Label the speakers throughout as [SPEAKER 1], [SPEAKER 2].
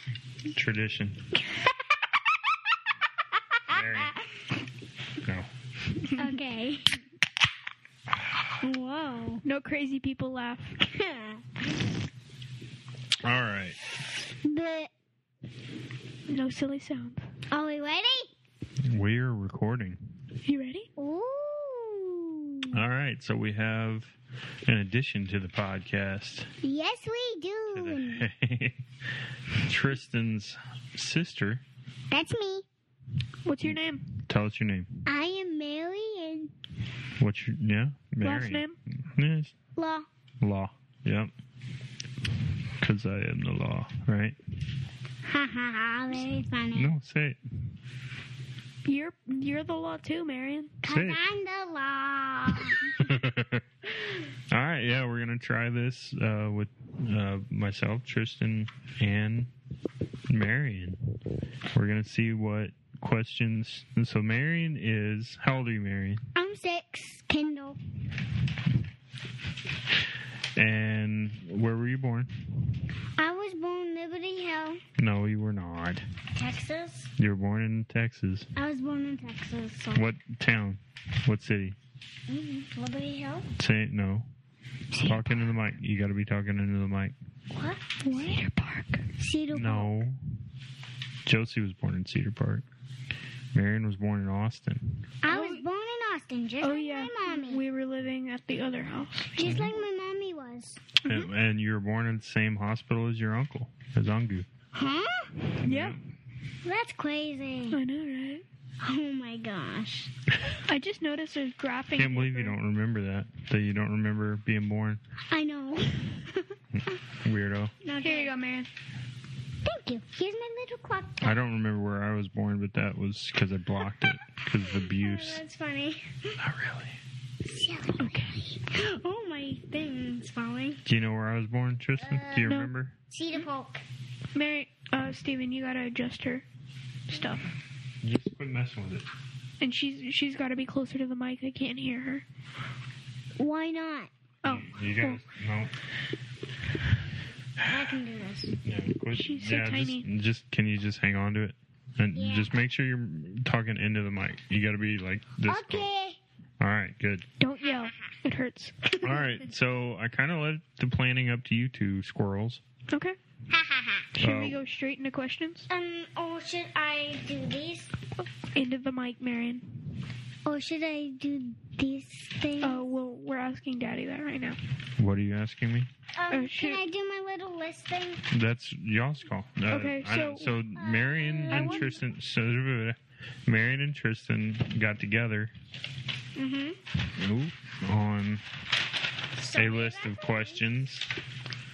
[SPEAKER 1] Tradition. Mary. No.
[SPEAKER 2] Okay. Whoa.
[SPEAKER 3] No crazy people laugh.
[SPEAKER 1] All right.
[SPEAKER 2] the
[SPEAKER 3] No silly sounds.
[SPEAKER 2] are we ready?
[SPEAKER 1] We're recording.
[SPEAKER 3] You ready?
[SPEAKER 2] Ooh.
[SPEAKER 1] All right. So we have an addition to the podcast.
[SPEAKER 2] Yes, we do.
[SPEAKER 1] today. Tristan's sister.
[SPEAKER 2] That's me.
[SPEAKER 3] What's your name?
[SPEAKER 1] Tell us your name.
[SPEAKER 2] I am Mary and
[SPEAKER 1] What's your yeah? Mary.
[SPEAKER 3] Last name?
[SPEAKER 1] Yes.
[SPEAKER 2] Law.
[SPEAKER 1] Law. Yep. Because I am the law, right?
[SPEAKER 2] Ha ha ha. Very funny.
[SPEAKER 1] No, say it.
[SPEAKER 3] You're you're the law too, Marion.
[SPEAKER 2] Cause
[SPEAKER 1] Say it.
[SPEAKER 2] I'm the law.
[SPEAKER 1] All right, yeah, we're gonna try this uh, with uh, myself, Tristan, and Marion. We're gonna see what questions. and So Marion is how old are you, Marion?
[SPEAKER 2] I'm six. Kindle.
[SPEAKER 1] And where were you born?
[SPEAKER 2] I was born Liberty Hill,
[SPEAKER 1] No, you were not.
[SPEAKER 2] Texas.
[SPEAKER 1] You were born in Texas.
[SPEAKER 2] I was born in Texas. So.
[SPEAKER 1] What town? What city?
[SPEAKER 2] Mhm. Liberty Hill.
[SPEAKER 1] Say no. Talk into the mic. You got to be talking into the mic.
[SPEAKER 2] What?
[SPEAKER 3] Cedar Park.
[SPEAKER 2] Cedar.
[SPEAKER 1] No. Josie was born in Cedar Park. Marion was born in Austin.
[SPEAKER 2] I was born in Austin, just
[SPEAKER 3] Oh
[SPEAKER 2] like
[SPEAKER 3] yeah.
[SPEAKER 2] my mommy.
[SPEAKER 3] We were living at the other house.
[SPEAKER 2] just like my mommy was.
[SPEAKER 3] Mm-hmm.
[SPEAKER 1] And, and you were born in the same hospital as your uncle, as Ungu.
[SPEAKER 2] Huh?
[SPEAKER 3] Yeah.
[SPEAKER 2] That's crazy.
[SPEAKER 3] I know, right?
[SPEAKER 2] Oh my gosh.
[SPEAKER 3] I just noticed there's graphing.
[SPEAKER 1] Can't believe you
[SPEAKER 3] paper.
[SPEAKER 1] don't remember that. That you don't remember being born.
[SPEAKER 2] I know.
[SPEAKER 1] Weirdo.
[SPEAKER 2] Not
[SPEAKER 3] Here you go, Marion.
[SPEAKER 2] Thank you. Here's my little clock.
[SPEAKER 1] I don't remember where I was born, but that was because I blocked it because of
[SPEAKER 2] Oh,
[SPEAKER 1] abuse.
[SPEAKER 2] that's funny.
[SPEAKER 1] Not really.
[SPEAKER 2] Okay. Oh, my thing's falling.
[SPEAKER 1] Do you know where I was born, Tristan? Do you
[SPEAKER 3] No.
[SPEAKER 1] remember?
[SPEAKER 2] Cedar Folk.
[SPEAKER 3] Mary, uh, Steven, you gotta adjust her stuff,
[SPEAKER 1] Just quit messing with it.
[SPEAKER 3] and she's she's gotta be closer to the mic. I can't hear her.
[SPEAKER 2] Why not?
[SPEAKER 3] Oh,
[SPEAKER 1] You guys, no.
[SPEAKER 2] I can do this.
[SPEAKER 1] Yeah, quit.
[SPEAKER 3] She's so
[SPEAKER 1] yeah,
[SPEAKER 3] tiny.
[SPEAKER 1] Just, just can you just hang on to it, and
[SPEAKER 2] Yeah.
[SPEAKER 1] just make sure you're talking into the mic. You got to be like this. close.
[SPEAKER 2] okay.
[SPEAKER 1] All right, good.
[SPEAKER 3] don't yell. It hurts.
[SPEAKER 1] All right, so I kind of left the planning up to you two squirrels.
[SPEAKER 3] Okay.
[SPEAKER 2] Ha ha ha.
[SPEAKER 3] Should
[SPEAKER 1] Uh,
[SPEAKER 3] we go straight into questions?
[SPEAKER 2] Um, or should I do this?
[SPEAKER 3] Into the mic, Marion.
[SPEAKER 2] Or Oh, should I do this thing?
[SPEAKER 3] Uh, well, we're asking Daddy that right now.
[SPEAKER 1] What are you asking me?
[SPEAKER 2] um,
[SPEAKER 3] oh,
[SPEAKER 2] can
[SPEAKER 3] shoot.
[SPEAKER 2] I do my little list thing?
[SPEAKER 1] That's y'all's call. Uh,
[SPEAKER 3] Okay,
[SPEAKER 1] I know- so
[SPEAKER 3] so- uh,
[SPEAKER 1] Marion
[SPEAKER 2] I
[SPEAKER 1] and
[SPEAKER 3] wonder-
[SPEAKER 1] Tristan, so, Marion and Tristan got together
[SPEAKER 2] Mm-hmm.
[SPEAKER 1] ooh, on a list of questions,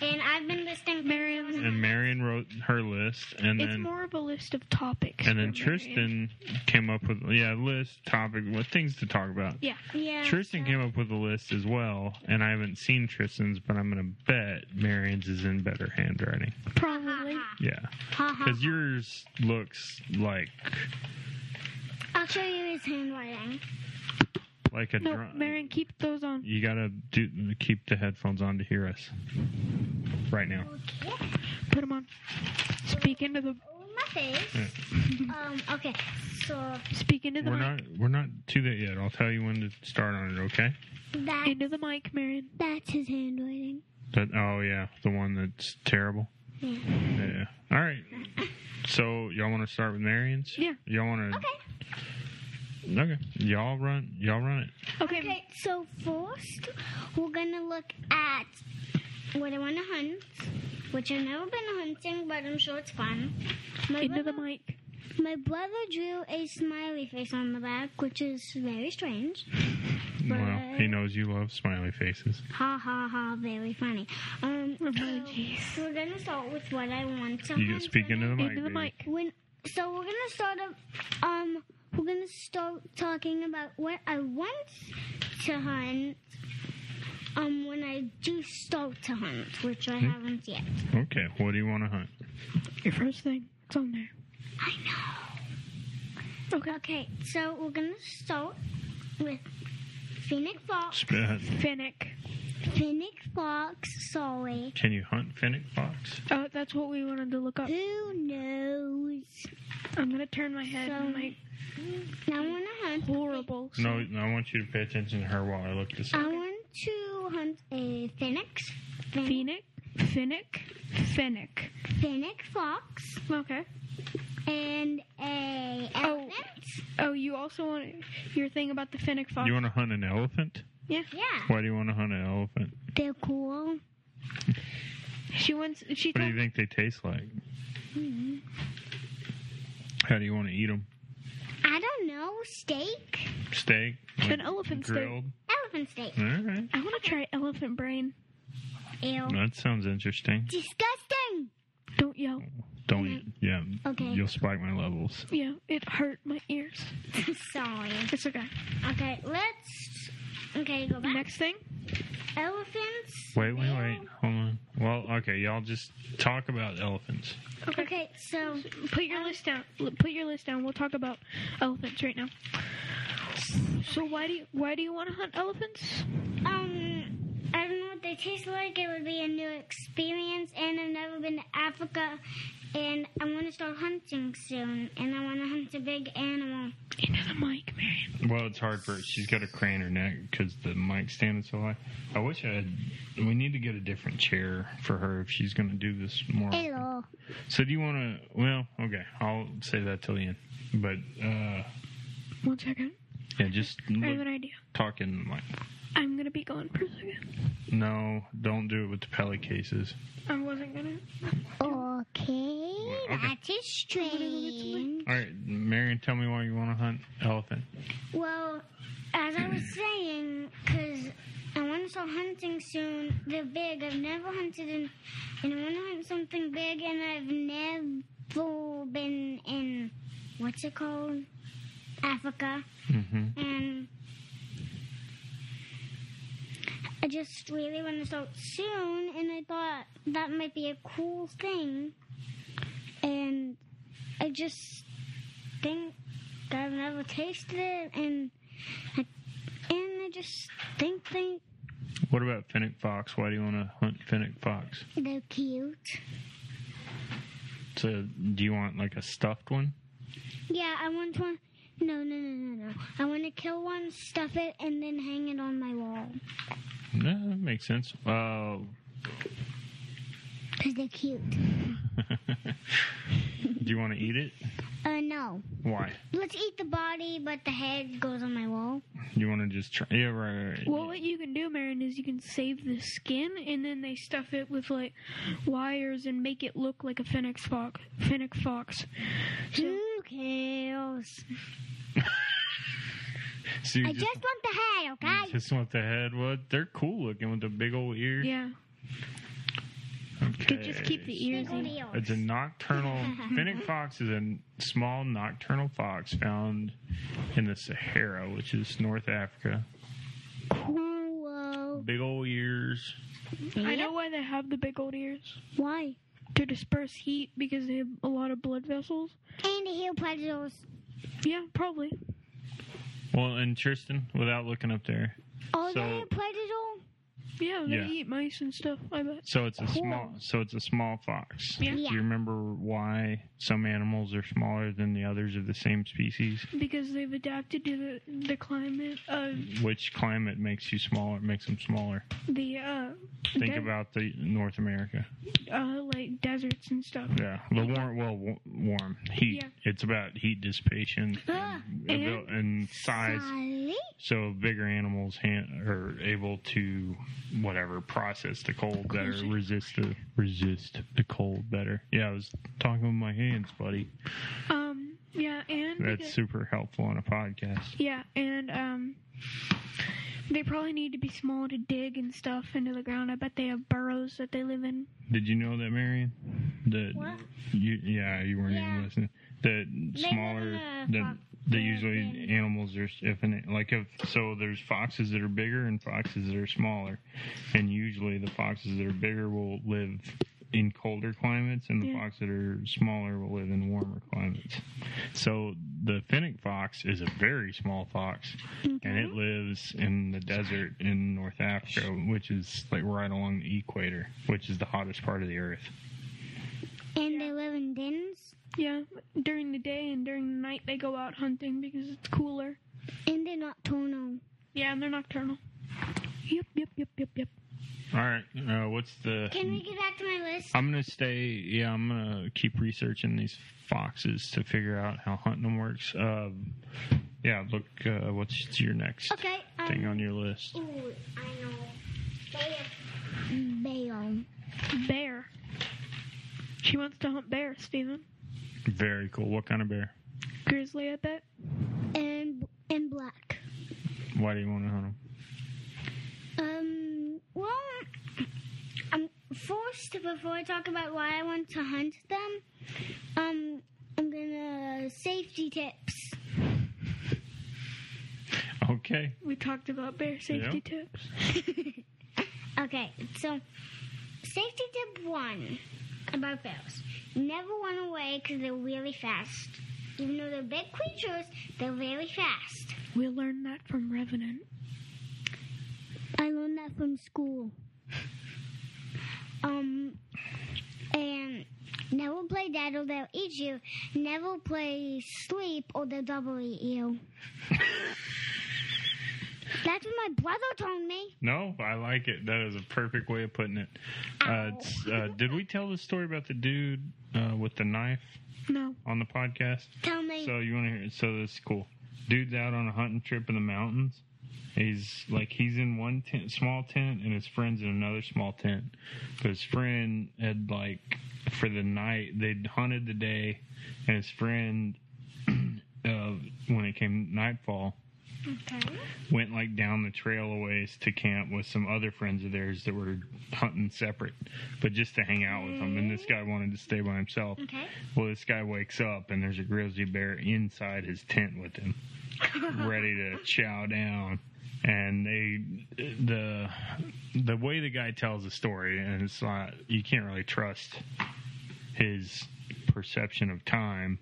[SPEAKER 2] And I've been listening for
[SPEAKER 3] Marion.
[SPEAKER 2] two
[SPEAKER 1] and Marion wrote her list, and
[SPEAKER 3] It's
[SPEAKER 1] then
[SPEAKER 3] more of a list of topics.
[SPEAKER 1] and then
[SPEAKER 3] for Marion.
[SPEAKER 1] Tristan came up with yeah list topic what things to talk about.
[SPEAKER 3] Yeah.
[SPEAKER 2] Yeah.
[SPEAKER 1] Tristan came up with a list as well, and I haven't seen Tristan's, but I'm gonna bet Marion's is in better handwriting.
[SPEAKER 3] Probably.
[SPEAKER 2] Uh-huh.
[SPEAKER 1] Yeah, because
[SPEAKER 3] Uh-huh.
[SPEAKER 1] yours looks like
[SPEAKER 2] I'll show you his handwriting.
[SPEAKER 1] like a
[SPEAKER 3] No,
[SPEAKER 1] drum.
[SPEAKER 3] Marion, keep those on.
[SPEAKER 1] You gotta do keep the headphones on to hear us right now.
[SPEAKER 2] Okay.
[SPEAKER 3] Put them on. Speak into the
[SPEAKER 2] Oh, My face. um. Okay. So
[SPEAKER 3] speak into the
[SPEAKER 1] We're
[SPEAKER 3] mic.
[SPEAKER 1] not we're not to that yet. I'll tell you when to start on it. Okay.
[SPEAKER 2] that
[SPEAKER 3] into the mic, Marion.
[SPEAKER 2] that's his handwriting.
[SPEAKER 1] That oh yeah, the one that's terrible.
[SPEAKER 2] Yeah.
[SPEAKER 1] Yeah. All right. So y'all want to start with Marion's?
[SPEAKER 3] Yeah.
[SPEAKER 1] Y'all want to?
[SPEAKER 2] Okay.
[SPEAKER 1] Okay. Y'all run. Y'all run it.
[SPEAKER 3] Okay.
[SPEAKER 2] Okay. So first, we're gonna look at what I want to hunt, which I've never been hunting, but I'm sure it's fun. My
[SPEAKER 3] Into the
[SPEAKER 2] brother-
[SPEAKER 3] mic.
[SPEAKER 2] My brother drew a smiley face on the back, which is very strange.
[SPEAKER 1] Well,
[SPEAKER 2] Right.
[SPEAKER 1] he knows you love smiley faces.
[SPEAKER 2] Ha ha ha, very funny. Um,
[SPEAKER 3] Oh,
[SPEAKER 2] so
[SPEAKER 3] jeez.
[SPEAKER 2] we're gonna start with what I want to
[SPEAKER 1] You
[SPEAKER 2] hunt
[SPEAKER 1] can speak into
[SPEAKER 2] tonight.
[SPEAKER 1] the mic.
[SPEAKER 3] Uh-huh. into the
[SPEAKER 1] baby.
[SPEAKER 3] mic.
[SPEAKER 2] When, so we're gonna start up, um, we're gonna start talking about what I want to hunt, um, when I do start to hunt, which I haven't yet.
[SPEAKER 1] Okay. What do you want to hunt?
[SPEAKER 3] Your first thing. It's on there.
[SPEAKER 2] I know. Okay. Okay, so we're gonna start with Phoenix Fox.
[SPEAKER 1] Sp- uh,
[SPEAKER 3] Finnick.
[SPEAKER 2] Finnick Fox, sorry.
[SPEAKER 1] Can you hunt fennec fox?
[SPEAKER 3] Oh, that's what we wanted to look up.
[SPEAKER 2] Who knows?
[SPEAKER 3] I'm gonna turn my head and
[SPEAKER 2] So-
[SPEAKER 3] like
[SPEAKER 2] I want to hunt.
[SPEAKER 3] horrible.
[SPEAKER 1] No, no, I want you to pay attention to her while I look this
[SPEAKER 2] I
[SPEAKER 1] up.
[SPEAKER 2] want to hunt a Phoenix. Phoenix.
[SPEAKER 3] Fennec, fennec, fennec.
[SPEAKER 2] Finnick Fox.
[SPEAKER 3] Okay.
[SPEAKER 2] And a elephant.
[SPEAKER 3] Oh, you also want your thing about the fennec fox?
[SPEAKER 1] You want to hunt an elephant?
[SPEAKER 3] yeah.
[SPEAKER 2] Yeah.
[SPEAKER 1] Why do you want to hunt an elephant?
[SPEAKER 2] They're cool.
[SPEAKER 3] She wants. She
[SPEAKER 1] What do
[SPEAKER 3] told
[SPEAKER 1] you think they taste like?
[SPEAKER 3] Mm-hmm.
[SPEAKER 2] Mhm.
[SPEAKER 1] How do you want to eat them?
[SPEAKER 2] I don't know. Steak?
[SPEAKER 1] Steak?
[SPEAKER 3] An elephant steak.
[SPEAKER 1] grilled?
[SPEAKER 2] Elephant steak.
[SPEAKER 1] All right.
[SPEAKER 3] I want to try elephant brain. Oh.
[SPEAKER 2] Ew.
[SPEAKER 1] That sounds interesting.
[SPEAKER 2] Disgusting.
[SPEAKER 3] Don't yell.
[SPEAKER 1] Don't eat.
[SPEAKER 3] Mm-hmm.
[SPEAKER 1] Yeah.
[SPEAKER 2] Okay.
[SPEAKER 1] You'll spike my levels.
[SPEAKER 3] Yeah, it hurt my ears.
[SPEAKER 2] sorry.
[SPEAKER 3] It's okay.
[SPEAKER 2] Okay, let's. Okay, go back.
[SPEAKER 3] Next thing.
[SPEAKER 2] Elephants.
[SPEAKER 1] Wait, wait,
[SPEAKER 2] Ew.
[SPEAKER 1] wait. Hold on. Well, okay. Y'all just talk about elephants.
[SPEAKER 2] Okay, so
[SPEAKER 3] Put your list down. L- Put your list down. We'll talk about elephants right now. So why do you why do you want to hunt elephants?
[SPEAKER 2] um, I don't know what they taste like. It would be a new experience, and I've never been to Africa, and I want to start hunting soon, and I want to hunt a big animal.
[SPEAKER 3] Into the mic, Marion.
[SPEAKER 1] Well, it's hard for her. She's got to crane her neck because the mic's standing so high. I wish I had. We need to get a different chair for her if she's going to do this more.
[SPEAKER 2] Hello.
[SPEAKER 1] So, do you want to? Well, okay. I'll say that till the end. But, uh,
[SPEAKER 3] One second.
[SPEAKER 1] yeah, just
[SPEAKER 3] I have
[SPEAKER 1] look,
[SPEAKER 3] an idea.
[SPEAKER 1] talk in the mic.
[SPEAKER 3] I'm gonna be gone for a second.
[SPEAKER 1] No, don't do it with the pellet cases.
[SPEAKER 3] I wasn't gonna.
[SPEAKER 2] Okay,
[SPEAKER 1] Okay.
[SPEAKER 2] that is strange.
[SPEAKER 1] All right, Marion, tell me why you want to hunt elephant.
[SPEAKER 2] Well, as I was saying, because I want to start hunting soon. They're big. I've never hunted in, and I want to hunt something big, and I've never been in what's it called, Africa,
[SPEAKER 1] Mm-hmm.
[SPEAKER 2] and I just really want to start soon. And I thought that might be a cool thing, and I just think I've never tasted it, and I, and I just think they
[SPEAKER 1] What about fennec fox? Why do you want to hunt fennec fox?
[SPEAKER 2] they're cute.
[SPEAKER 1] So, do you want like a stuffed one?
[SPEAKER 2] Yeah, I want one. No, no, no, no, no. I want to kill one, stuff it, and then hang it on my wall
[SPEAKER 1] No, that makes sense. Uh,
[SPEAKER 2] because they're cute.
[SPEAKER 1] do you want to eat it?
[SPEAKER 2] Uh, no.
[SPEAKER 1] Why?
[SPEAKER 2] Let's eat the body, but the head goes on my wall.
[SPEAKER 1] You want to just try? Yeah, right, right. right.
[SPEAKER 3] Well, what you can do, Marion, is you can save the skin and then they stuff it with like wires and make it look like a fennec fox. Fennec fox. So,
[SPEAKER 2] Who cares?
[SPEAKER 1] so you
[SPEAKER 2] I
[SPEAKER 1] just,
[SPEAKER 2] just want the head,
[SPEAKER 1] you
[SPEAKER 2] okay?
[SPEAKER 1] just want the head. What? They're cool looking with the big old ear.
[SPEAKER 3] yeah,
[SPEAKER 1] Okay.
[SPEAKER 3] could just keep the ears.
[SPEAKER 2] Big
[SPEAKER 3] in.
[SPEAKER 2] old
[SPEAKER 1] It's a
[SPEAKER 2] ears.
[SPEAKER 1] nocturnal. Fennec fox is a small nocturnal fox found in the Sahara, which is North Africa.
[SPEAKER 2] Cool.
[SPEAKER 1] Big old ears.
[SPEAKER 3] I know why they have the big old ears
[SPEAKER 2] Why?
[SPEAKER 3] to disperse heat because they have a lot of blood vessels.
[SPEAKER 2] And the heel predators.
[SPEAKER 3] Yeah, probably.
[SPEAKER 1] Well, and Tristan, without looking up there,
[SPEAKER 2] Are
[SPEAKER 1] So-
[SPEAKER 2] they a predator?
[SPEAKER 3] Yeah, they
[SPEAKER 1] Yeah.
[SPEAKER 3] eat mice and stuff. I bet.
[SPEAKER 1] so it's a
[SPEAKER 2] Cool.
[SPEAKER 1] small. So it's a small fox.
[SPEAKER 3] Yeah.
[SPEAKER 1] Do you remember why some animals are smaller than the others of the same species?
[SPEAKER 3] Because they've adapted to the, the climate of
[SPEAKER 1] Which climate makes you smaller? Makes them smaller.
[SPEAKER 3] the uh,
[SPEAKER 1] Think
[SPEAKER 3] de-
[SPEAKER 1] about the North America.
[SPEAKER 3] uh, like deserts and stuff.
[SPEAKER 1] Yeah, the warm. Well, wa- warm heat.
[SPEAKER 3] Yeah.
[SPEAKER 1] It's about heat dissipation
[SPEAKER 2] Ah,
[SPEAKER 1] and, abil- and size.
[SPEAKER 2] Sorry.
[SPEAKER 1] So bigger animals han- are able to whatever process the cold better, resist the resist the cold better. Yeah, I was talking with my hands, buddy.
[SPEAKER 3] Um, yeah, and
[SPEAKER 1] That's
[SPEAKER 3] because-
[SPEAKER 1] super helpful on a podcast.
[SPEAKER 3] yeah, and um, they probably need to be small to dig and stuff into the ground. I bet they have burrows that they live in.
[SPEAKER 1] Did you know that, Marion? That
[SPEAKER 2] What?
[SPEAKER 1] you yeah, you weren't
[SPEAKER 2] Yeah.
[SPEAKER 1] even listening. That
[SPEAKER 2] They live
[SPEAKER 1] smaller
[SPEAKER 2] in a
[SPEAKER 1] that
[SPEAKER 2] fox-
[SPEAKER 1] that
[SPEAKER 2] they're
[SPEAKER 1] usually
[SPEAKER 2] in-
[SPEAKER 1] animals are if an, like if so there's foxes that are bigger and foxes that are smaller, and usually the foxes that are bigger will live in colder climates, and the
[SPEAKER 3] Yeah.
[SPEAKER 1] fox that are smaller will live in warmer climates. So the finnick fox is a very small fox, and it lives in the desert in North Africa, which is like right along the equator, which is the hottest part of the earth.
[SPEAKER 2] And they live in dens.
[SPEAKER 3] Yeah, during the day and during the night they go out hunting because it's cooler.
[SPEAKER 2] And they're nocturnal.
[SPEAKER 3] Yeah, and they're nocturnal. Yep, yep, yep, yep, yep.
[SPEAKER 1] All right, uh, what's the?
[SPEAKER 2] Can we get back to my list?
[SPEAKER 1] I'm gonna stay. Yeah, I'm gonna keep researching these foxes to figure out how hunting them works. Um, yeah, look. Uh, what's your next
[SPEAKER 2] Okay. Um,
[SPEAKER 1] thing on your list?
[SPEAKER 2] Ooh, I know. Bear. Bear.
[SPEAKER 3] Bear. She wants to hunt bear, Steven.
[SPEAKER 1] Very cool. What kind of bear?
[SPEAKER 3] Grizzly, I bet.
[SPEAKER 2] And and black.
[SPEAKER 1] Why do you want to hunt them?
[SPEAKER 2] Um. Well, I'm first before I talk about why I want to hunt them. Um, I'm gonna safety tips.
[SPEAKER 1] Okay.
[SPEAKER 3] We talked about bear safety tips.
[SPEAKER 2] okay, so safety tip one about bears: never run away because they're really fast. Even though they're big creatures, they're very fast.
[SPEAKER 3] We learned that from Revenant.
[SPEAKER 2] I learned that from school. Um, and never play dead or they'll eat you. Never play sleep or they'll double eat you. That's what my brother told me.
[SPEAKER 1] No, I like it. That is a perfect way of putting it. Uh, it's, uh, did we tell the story about the dude uh, with the knife
[SPEAKER 3] No.
[SPEAKER 1] on the podcast?
[SPEAKER 2] Tell me.
[SPEAKER 1] So you want to hear? So this is cool. Dude's out on a hunting trip in the mountains. He's like he's in one tent, small tent, and his friends in another small tent. But his friend had like for the night they'd hunted the day, and his friend, uh, when it came nightfall,
[SPEAKER 2] okay.
[SPEAKER 3] Uh,
[SPEAKER 1] went like down the trail a ways to camp with some other friends of theirs that were hunting separate, but just to hang out with them. And this guy wanted to stay by himself.
[SPEAKER 2] Okay.
[SPEAKER 1] Well, this guy wakes up and there's a grizzly bear inside his tent with him, ready to chow down. And they, the, the way the guy tells the story, and it's not you can't really trust his perception of time,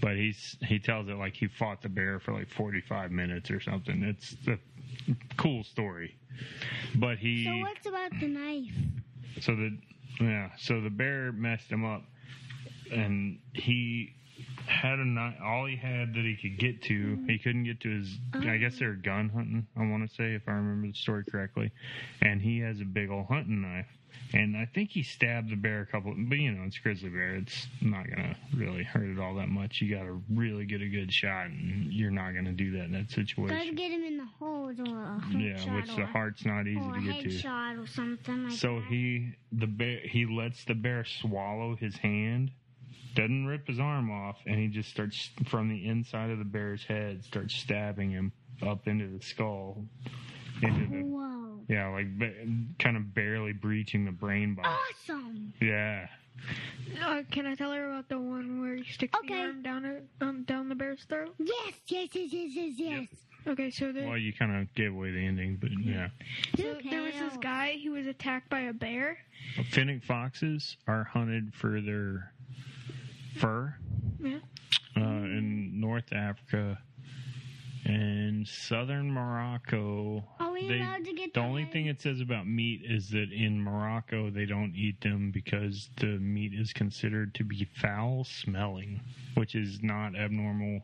[SPEAKER 1] but he's he tells it like he fought the bear for like 45 minutes or something. It's a cool story, but he
[SPEAKER 2] So what's about the knife?
[SPEAKER 1] so the yeah, so the bear messed him up, and he had a knife. All he had that he could get to, he couldn't get to his. I guess they were gun hunting. I want to say if I remember the story correctly, and he has a big old hunting knife. And I think he stabbed the bear a couple, but you know it's grizzly bear. It's not gonna really hurt it all that much. You gotta really get a good shot, and you're not gonna do that in that
[SPEAKER 2] Gotta
[SPEAKER 1] situation.
[SPEAKER 2] get him in the hold or a
[SPEAKER 1] Yeah,
[SPEAKER 2] headshot
[SPEAKER 1] which the
[SPEAKER 2] or,
[SPEAKER 1] heart's not easy
[SPEAKER 2] or a
[SPEAKER 1] to get to.
[SPEAKER 2] headshot or something like
[SPEAKER 1] So
[SPEAKER 2] that.
[SPEAKER 1] he the bear he lets the bear swallow his hand, doesn't rip his arm off, and he just starts from the inside of the bear's head starts stabbing him up into the skull, into the
[SPEAKER 2] Whoa.
[SPEAKER 1] yeah like ba- kind of barely breaching the brain
[SPEAKER 2] Ah.
[SPEAKER 1] box.
[SPEAKER 2] Awesome.
[SPEAKER 1] Yeah,
[SPEAKER 3] Uh, can I tell her about the one where he sticks the
[SPEAKER 2] Okay.
[SPEAKER 3] arm down her, um, down the bear's throat?
[SPEAKER 2] Yes, yes, yes, yes, yes, yes.
[SPEAKER 3] Okay, so there,
[SPEAKER 1] well you kind of gave away the ending, but yeah.
[SPEAKER 3] so there was this
[SPEAKER 2] Okay.
[SPEAKER 3] guy who was attacked by a bear.
[SPEAKER 1] Finnick foxes are hunted for their fur
[SPEAKER 3] Yeah.
[SPEAKER 1] uh, in North Africa and southern Morocco.
[SPEAKER 2] Are we
[SPEAKER 1] They-
[SPEAKER 2] allowed to get
[SPEAKER 1] The only thing
[SPEAKER 2] is
[SPEAKER 1] it says about meat is that in Morocco they don't eat them because the meat is considered to be foul smelling, which is not abnormal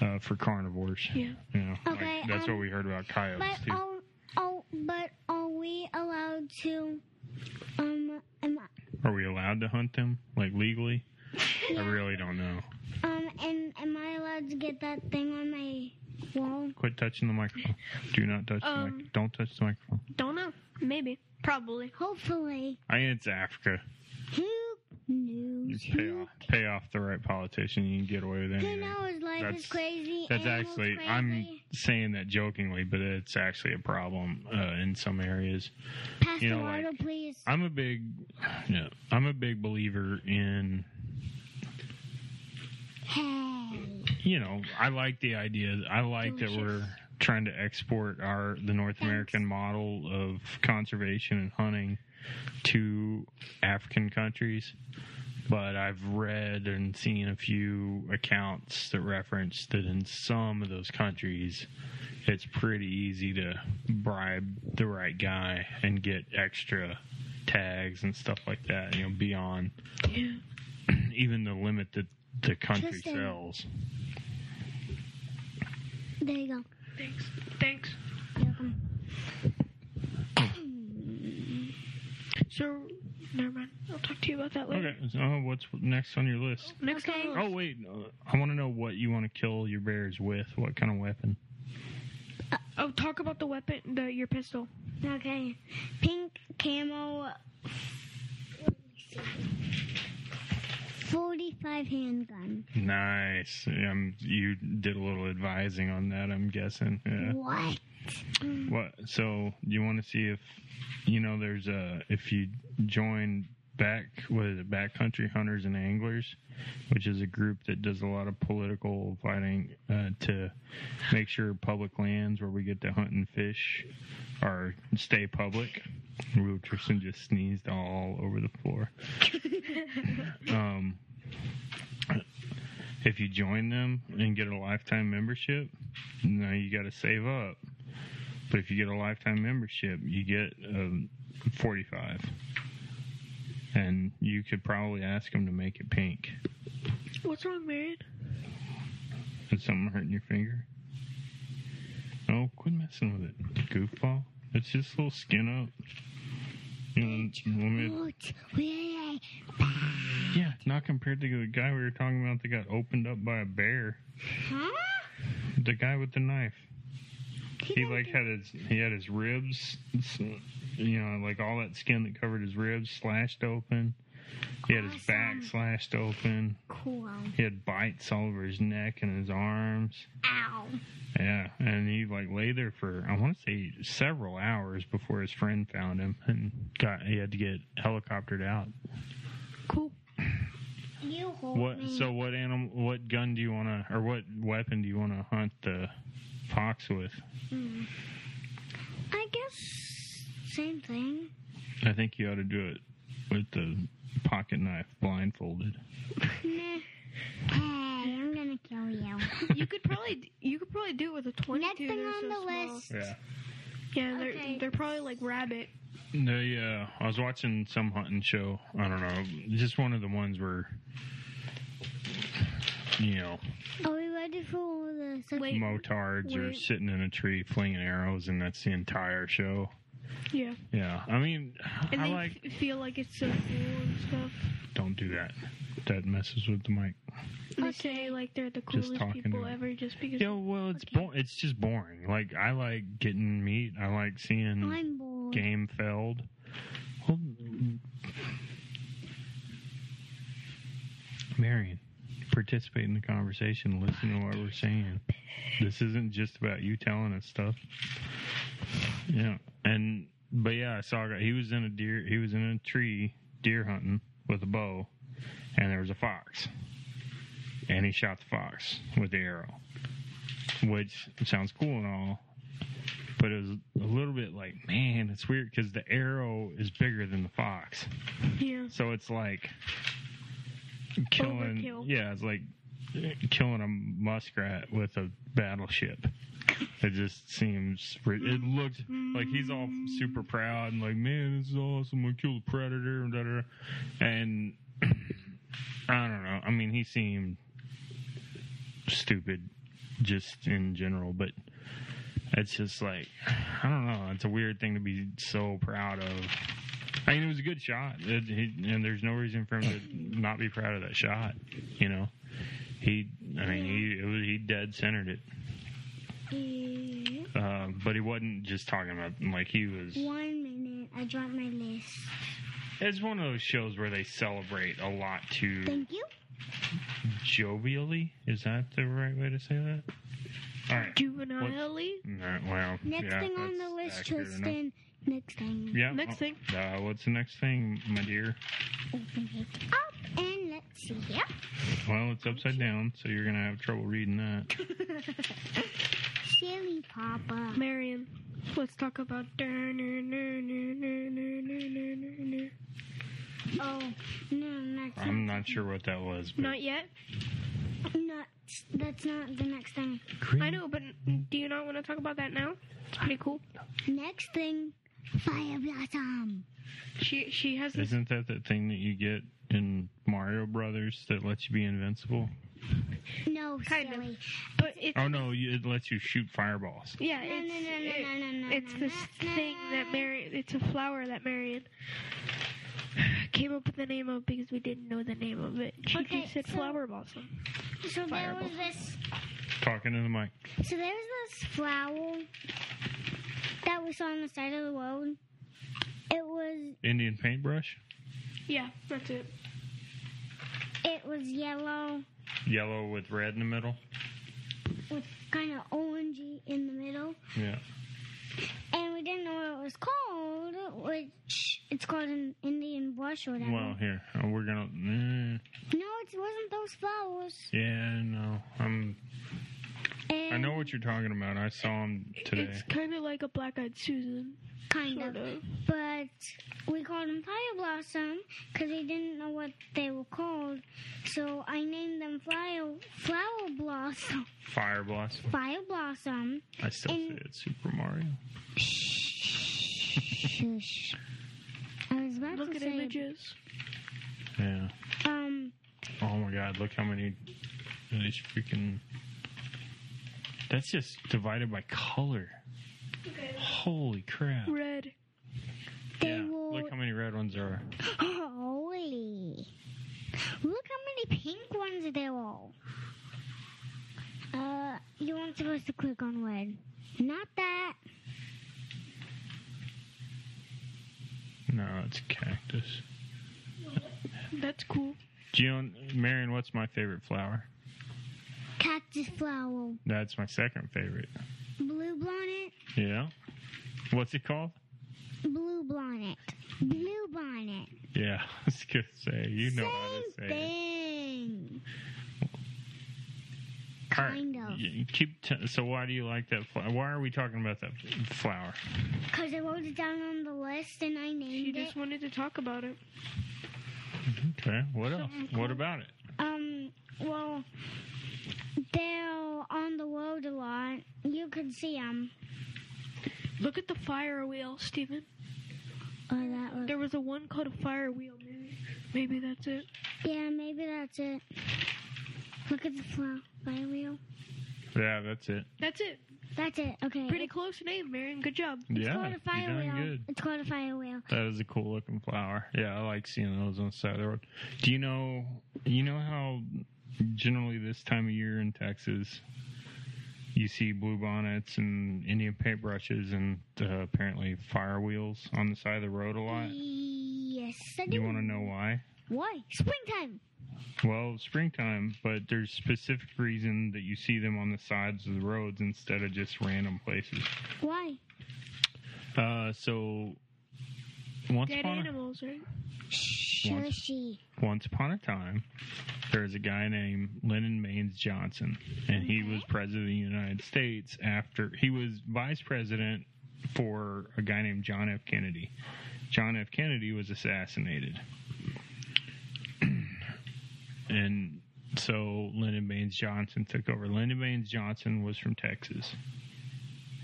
[SPEAKER 1] uh, for carnivores.
[SPEAKER 3] Yeah.
[SPEAKER 1] You know,
[SPEAKER 2] Okay,
[SPEAKER 1] like, that's
[SPEAKER 2] um,
[SPEAKER 1] what we heard about
[SPEAKER 2] but
[SPEAKER 1] coyotes too.
[SPEAKER 2] are, are, but are we allowed to um am,
[SPEAKER 1] Are we allowed to hunt them like legally? I really don't know.
[SPEAKER 2] um and am I allowed to get that thing on my wall?
[SPEAKER 1] Quit touching the microphone. Do not touch the
[SPEAKER 3] Um,
[SPEAKER 1] mic. Don't touch the microphone.
[SPEAKER 3] Don't know. Maybe. Probably.
[SPEAKER 2] Hopefully.
[SPEAKER 1] I mean, it's Africa.
[SPEAKER 2] Who
[SPEAKER 1] You
[SPEAKER 2] knows?
[SPEAKER 1] pay off, pay off the right politician, you can get away with
[SPEAKER 2] Who
[SPEAKER 1] anything.
[SPEAKER 2] knows? Life
[SPEAKER 1] That's-
[SPEAKER 2] is crazy.
[SPEAKER 1] That's
[SPEAKER 2] animals
[SPEAKER 1] actually
[SPEAKER 2] crazy.
[SPEAKER 1] I'm saying that jokingly, but it's actually a problem uh, in some areas.
[SPEAKER 2] Pass
[SPEAKER 1] you
[SPEAKER 2] the
[SPEAKER 1] know,
[SPEAKER 2] water,
[SPEAKER 1] like-
[SPEAKER 2] please.
[SPEAKER 1] I'm a big, yeah, I'm a big believer in.
[SPEAKER 2] Hey.
[SPEAKER 1] You know, I like the idea. I like that we're
[SPEAKER 3] Delicious.
[SPEAKER 1] trying to export our the North
[SPEAKER 2] Thanks.
[SPEAKER 1] American model of conservation and hunting to African countries, but I've read and seen a few accounts that reference that in some of those countries, it's pretty easy to bribe the right guy and get extra tags and stuff like that, you know, beyond
[SPEAKER 3] Yeah.
[SPEAKER 1] even the limit that the country
[SPEAKER 2] Interesting.
[SPEAKER 1] sells.
[SPEAKER 2] There you go.
[SPEAKER 3] Thanks. Thanks.
[SPEAKER 2] You're welcome.
[SPEAKER 3] So, never mind. I'll talk to you about that later.
[SPEAKER 1] Okay, oh, what's next on your list?
[SPEAKER 3] Next
[SPEAKER 2] Okay.
[SPEAKER 3] on the
[SPEAKER 1] Oh
[SPEAKER 3] list.
[SPEAKER 1] wait, uh, I want to know what you want to kill your bears with. What kind of weapon?
[SPEAKER 3] Oh, talk about the weapon, the your pistol.
[SPEAKER 2] Okay. Pink camo. 45 handgun.
[SPEAKER 1] Nice. Um, you did a little advising on that. I'm guessing. Yeah.
[SPEAKER 2] What?
[SPEAKER 1] What? So you want to see if you know there's a if you join back what is it backcountry hunters and anglers, which is a group that does a lot of political fighting uh, to make sure public lands where we get to hunt and fish are stay public. Ooh, Tristan just sneezed all over the floor. um, if you join them and get a lifetime membership, now you got to save up. But if you get a lifetime membership, you get um, 45. And you could probably ask them to make it pink.
[SPEAKER 3] What's wrong, Marion?
[SPEAKER 1] Is something hurting your finger? Oh, quit messing with it, goofball. It's just a little skin up. You know, let me-
[SPEAKER 2] What? Where?
[SPEAKER 1] yeah, not compared to the guy we were talking about that got opened up by a bear.
[SPEAKER 2] Huh?
[SPEAKER 1] The guy with the knife. He
[SPEAKER 2] got
[SPEAKER 1] like had his he had his ribs, s- you know, like all that skin that covered his ribs slashed open. He had his back
[SPEAKER 2] Awesome.
[SPEAKER 1] slashed open.
[SPEAKER 2] Cool.
[SPEAKER 1] He had bites all over his neck and his arms.
[SPEAKER 2] Ow.
[SPEAKER 1] Yeah, and he like lay there for I want to say several hours before his friend found him and got he had to get helicoptered out.
[SPEAKER 3] Cool.
[SPEAKER 2] You hold
[SPEAKER 1] What?
[SPEAKER 2] me.
[SPEAKER 1] So what animal? What gun do you want to, or what weapon do you want to hunt the fox with?
[SPEAKER 2] I guess same thing.
[SPEAKER 1] I think you ought to do it with the pocket knife blindfolded.
[SPEAKER 2] Nah. Hey, I'm gonna kill you.
[SPEAKER 3] You could probably d- you could probably do it with a
[SPEAKER 2] Nothing
[SPEAKER 3] twenty-two. They're
[SPEAKER 2] on
[SPEAKER 3] so
[SPEAKER 2] the
[SPEAKER 3] small.
[SPEAKER 2] list.
[SPEAKER 1] Yeah.
[SPEAKER 3] Yeah, they're
[SPEAKER 2] Okay.
[SPEAKER 3] they're probably like rabbit.
[SPEAKER 1] They, uh, I was watching some hunting show. I don't know, just one of the ones where, you know,
[SPEAKER 2] Are we ready for all the
[SPEAKER 3] Wait.
[SPEAKER 1] motards are
[SPEAKER 3] wait.
[SPEAKER 1] sitting in a tree flinging arrows, and that's the entire show.
[SPEAKER 3] Yeah,
[SPEAKER 1] Yeah, I mean,
[SPEAKER 3] and
[SPEAKER 1] I
[SPEAKER 3] they
[SPEAKER 1] like.
[SPEAKER 3] f- feel like it's so cool and stuff.
[SPEAKER 1] Don't do that. That messes with the mic.
[SPEAKER 3] They
[SPEAKER 2] Okay.
[SPEAKER 3] say like they're the coolest
[SPEAKER 1] talking
[SPEAKER 3] people
[SPEAKER 1] to-
[SPEAKER 3] ever, just because.
[SPEAKER 1] Yeah, well, it's
[SPEAKER 3] Okay.
[SPEAKER 1] bo- it's just boring. Like I like getting meat. I like seeing
[SPEAKER 2] I'm bored.
[SPEAKER 1] game felled. Well, Marion, participate in the conversation. Listen to what we're saying. This isn't just about you telling us stuff. Yeah, and but yeah, I saw a guy. He was in a deer. He was in a tree deer hunting with a bow, and there was a fox, and he shot the fox with the arrow, which sounds cool and all but it was a little bit like, man, it's weird because the arrow is bigger than the fox,
[SPEAKER 3] Yeah.
[SPEAKER 1] so it's like killing.
[SPEAKER 3] Overkill.
[SPEAKER 1] Yeah, it's like killing a muskrat with a battleship. It just seems. ri- It looked like he's all super proud and like, man, this is awesome. I killed a predator and da da. da." And I don't know. I mean, he seemed stupid just in general, but it's just like I don't know. It's a weird thing to be so proud of. I mean, it was a good shot, It- he- and there's no reason for him to not be proud of that shot. You know, he. I mean, he it was, he dead centered it,
[SPEAKER 2] Yeah.
[SPEAKER 1] uh, but he wasn't just talking about like he was.
[SPEAKER 2] One minute. I dropped my list.
[SPEAKER 1] It's one of those shows where they celebrate a lot too
[SPEAKER 2] Thank you.
[SPEAKER 1] jovially. Is that the right way to say that? All right.
[SPEAKER 3] Juvenilely.
[SPEAKER 1] No, well,
[SPEAKER 2] Next
[SPEAKER 1] yeah,
[SPEAKER 2] thing on the
[SPEAKER 1] that's
[SPEAKER 2] list,
[SPEAKER 1] accurate enough.
[SPEAKER 2] Tristan. Next thing.
[SPEAKER 1] Yeah.
[SPEAKER 3] Next thing.
[SPEAKER 1] Uh, what's the next thing, my dear?
[SPEAKER 2] Open it up and let's see. Yep.
[SPEAKER 1] Well, it's upside down, so you're gonna have trouble reading that.
[SPEAKER 2] Silly Papa.
[SPEAKER 3] Marion, let's talk about. What
[SPEAKER 2] Oh, no, not
[SPEAKER 1] I'm not sure what that was. But
[SPEAKER 3] Not yet.
[SPEAKER 2] Not, that's not the next thing.
[SPEAKER 1] Green-
[SPEAKER 3] I know, but do you not want to talk about that now? It's pretty cool.
[SPEAKER 2] Next thing, fire blossom.
[SPEAKER 3] She she has this.
[SPEAKER 1] Isn't that the thing that you get in Mario Brothers that lets you be invincible?
[SPEAKER 2] No,
[SPEAKER 3] Kind of.
[SPEAKER 2] silly.
[SPEAKER 3] But it's
[SPEAKER 1] Oh no, you, it lets you shoot fireballs.
[SPEAKER 3] yeah.
[SPEAKER 2] No, no,
[SPEAKER 3] It's,
[SPEAKER 2] no, no,
[SPEAKER 3] it-
[SPEAKER 2] no, no, no,
[SPEAKER 3] it's
[SPEAKER 2] no,
[SPEAKER 3] this
[SPEAKER 2] no,
[SPEAKER 3] thing that Marion. It's a flower that Marion came up with the name of because we didn't know the name of it. She
[SPEAKER 2] Okay,
[SPEAKER 3] just said
[SPEAKER 2] so-
[SPEAKER 3] flower blossom.
[SPEAKER 2] So there was
[SPEAKER 3] Fireball.
[SPEAKER 2] this.
[SPEAKER 1] Talking to the mic.
[SPEAKER 2] So there was this flower that was on the side of the road. It was
[SPEAKER 1] Indian paintbrush,
[SPEAKER 3] Yeah, that's it.
[SPEAKER 2] it was yellow
[SPEAKER 1] yellow with red in the middle.
[SPEAKER 2] with kind of orangey in the middle,
[SPEAKER 1] Yeah.
[SPEAKER 2] and we didn't know what it was called, which it's called an Indian bush or whatever.
[SPEAKER 1] Well, here uh, we're gonna. mm,
[SPEAKER 2] No, it wasn't those flowers.
[SPEAKER 1] yeah, no. I'm.
[SPEAKER 2] And
[SPEAKER 1] I know what you're talking about. I saw him today.
[SPEAKER 3] It's kind of like a black-eyed Susan,
[SPEAKER 2] kind
[SPEAKER 3] sort
[SPEAKER 2] of.
[SPEAKER 3] of.
[SPEAKER 2] But we called them Fire Blossom because we didn't know what they were called. So I named them Fire Flower Blossom,
[SPEAKER 1] Fire blossom.
[SPEAKER 2] Fire Blossom.
[SPEAKER 1] I still
[SPEAKER 2] And-
[SPEAKER 1] say it's Super Mario.
[SPEAKER 2] Shush. I was about
[SPEAKER 3] Look
[SPEAKER 2] to
[SPEAKER 3] at
[SPEAKER 2] say,
[SPEAKER 3] images.
[SPEAKER 1] Yeah.
[SPEAKER 2] um,
[SPEAKER 1] Oh my God! Look how many of these freaking. That's just divided by color. Holy crap!
[SPEAKER 3] Red.
[SPEAKER 2] they
[SPEAKER 1] yeah.
[SPEAKER 2] will.
[SPEAKER 1] Look how many red ones there are.
[SPEAKER 2] Holy! Look how many pink ones there are. Uh, you weren't supposed to click on red. Not that.
[SPEAKER 1] No, it's cactus.
[SPEAKER 3] That's cool.
[SPEAKER 1] Gion, Marion, what's my favorite flower?
[SPEAKER 2] Cactus flower,
[SPEAKER 1] That's my second favorite.
[SPEAKER 2] blue bonnet,
[SPEAKER 1] Yeah. What's it called?
[SPEAKER 2] blue bonnet, blue bonnet.
[SPEAKER 1] Yeah, I was gonna say you know
[SPEAKER 2] Same
[SPEAKER 1] how to say. It.
[SPEAKER 2] thing.
[SPEAKER 1] All right,
[SPEAKER 2] Kind of.
[SPEAKER 1] you Keep. T- so why do you like that flower? Why are we talking about that flower?
[SPEAKER 2] Because I wrote it down on the list and I
[SPEAKER 3] She
[SPEAKER 2] named
[SPEAKER 3] just
[SPEAKER 2] it.
[SPEAKER 3] wanted to talk about it.
[SPEAKER 2] Mm-hmm.
[SPEAKER 1] Okay. What else?
[SPEAKER 3] Something
[SPEAKER 1] What
[SPEAKER 3] cool.
[SPEAKER 1] about it?
[SPEAKER 2] Um, well, they're on the road a lot. You could see them.
[SPEAKER 3] Look at the fire wheel, Steven.
[SPEAKER 2] Oh, that was.
[SPEAKER 3] There was a one called a fire wheel. Maybe, maybe that's it.
[SPEAKER 2] Yeah, maybe that's it. Look at the flower fire wheel.
[SPEAKER 1] Yeah, that's it.
[SPEAKER 3] That's it.
[SPEAKER 2] That's it. Okay.
[SPEAKER 3] Pretty close name, Marion. Good job.
[SPEAKER 2] It's
[SPEAKER 1] yeah,
[SPEAKER 2] called a fire
[SPEAKER 1] you're doing
[SPEAKER 2] wheel.
[SPEAKER 1] good.
[SPEAKER 2] It's called a fire wheel.
[SPEAKER 1] That is a cool looking flower. Yeah, I like seeing those on the side of the road. Do you know you know how generally this time of year in Texas you see bluebonnets and Indian paintbrushes and uh, apparently fire wheels on the side of the road a lot.
[SPEAKER 2] Yes, Mm, I do.
[SPEAKER 1] You want to know why?
[SPEAKER 2] Why? Springtime.
[SPEAKER 1] Well, springtime, but there's specific reason that you see them on the sides of the roads instead of just random places.
[SPEAKER 2] Why?
[SPEAKER 1] Uh, so once
[SPEAKER 3] Dead
[SPEAKER 1] upon a-
[SPEAKER 3] animals, right?
[SPEAKER 2] Shushi.
[SPEAKER 1] Once upon a time, there was a guy named Lyndon Baines Johnson, and he
[SPEAKER 2] Okay.
[SPEAKER 1] was president of the United States after he was vice president for a guy named John F. Kennedy. John F. Kennedy was assassinated. and so Lyndon Baines Johnson took over. Lyndon Baines Johnson was from Texas.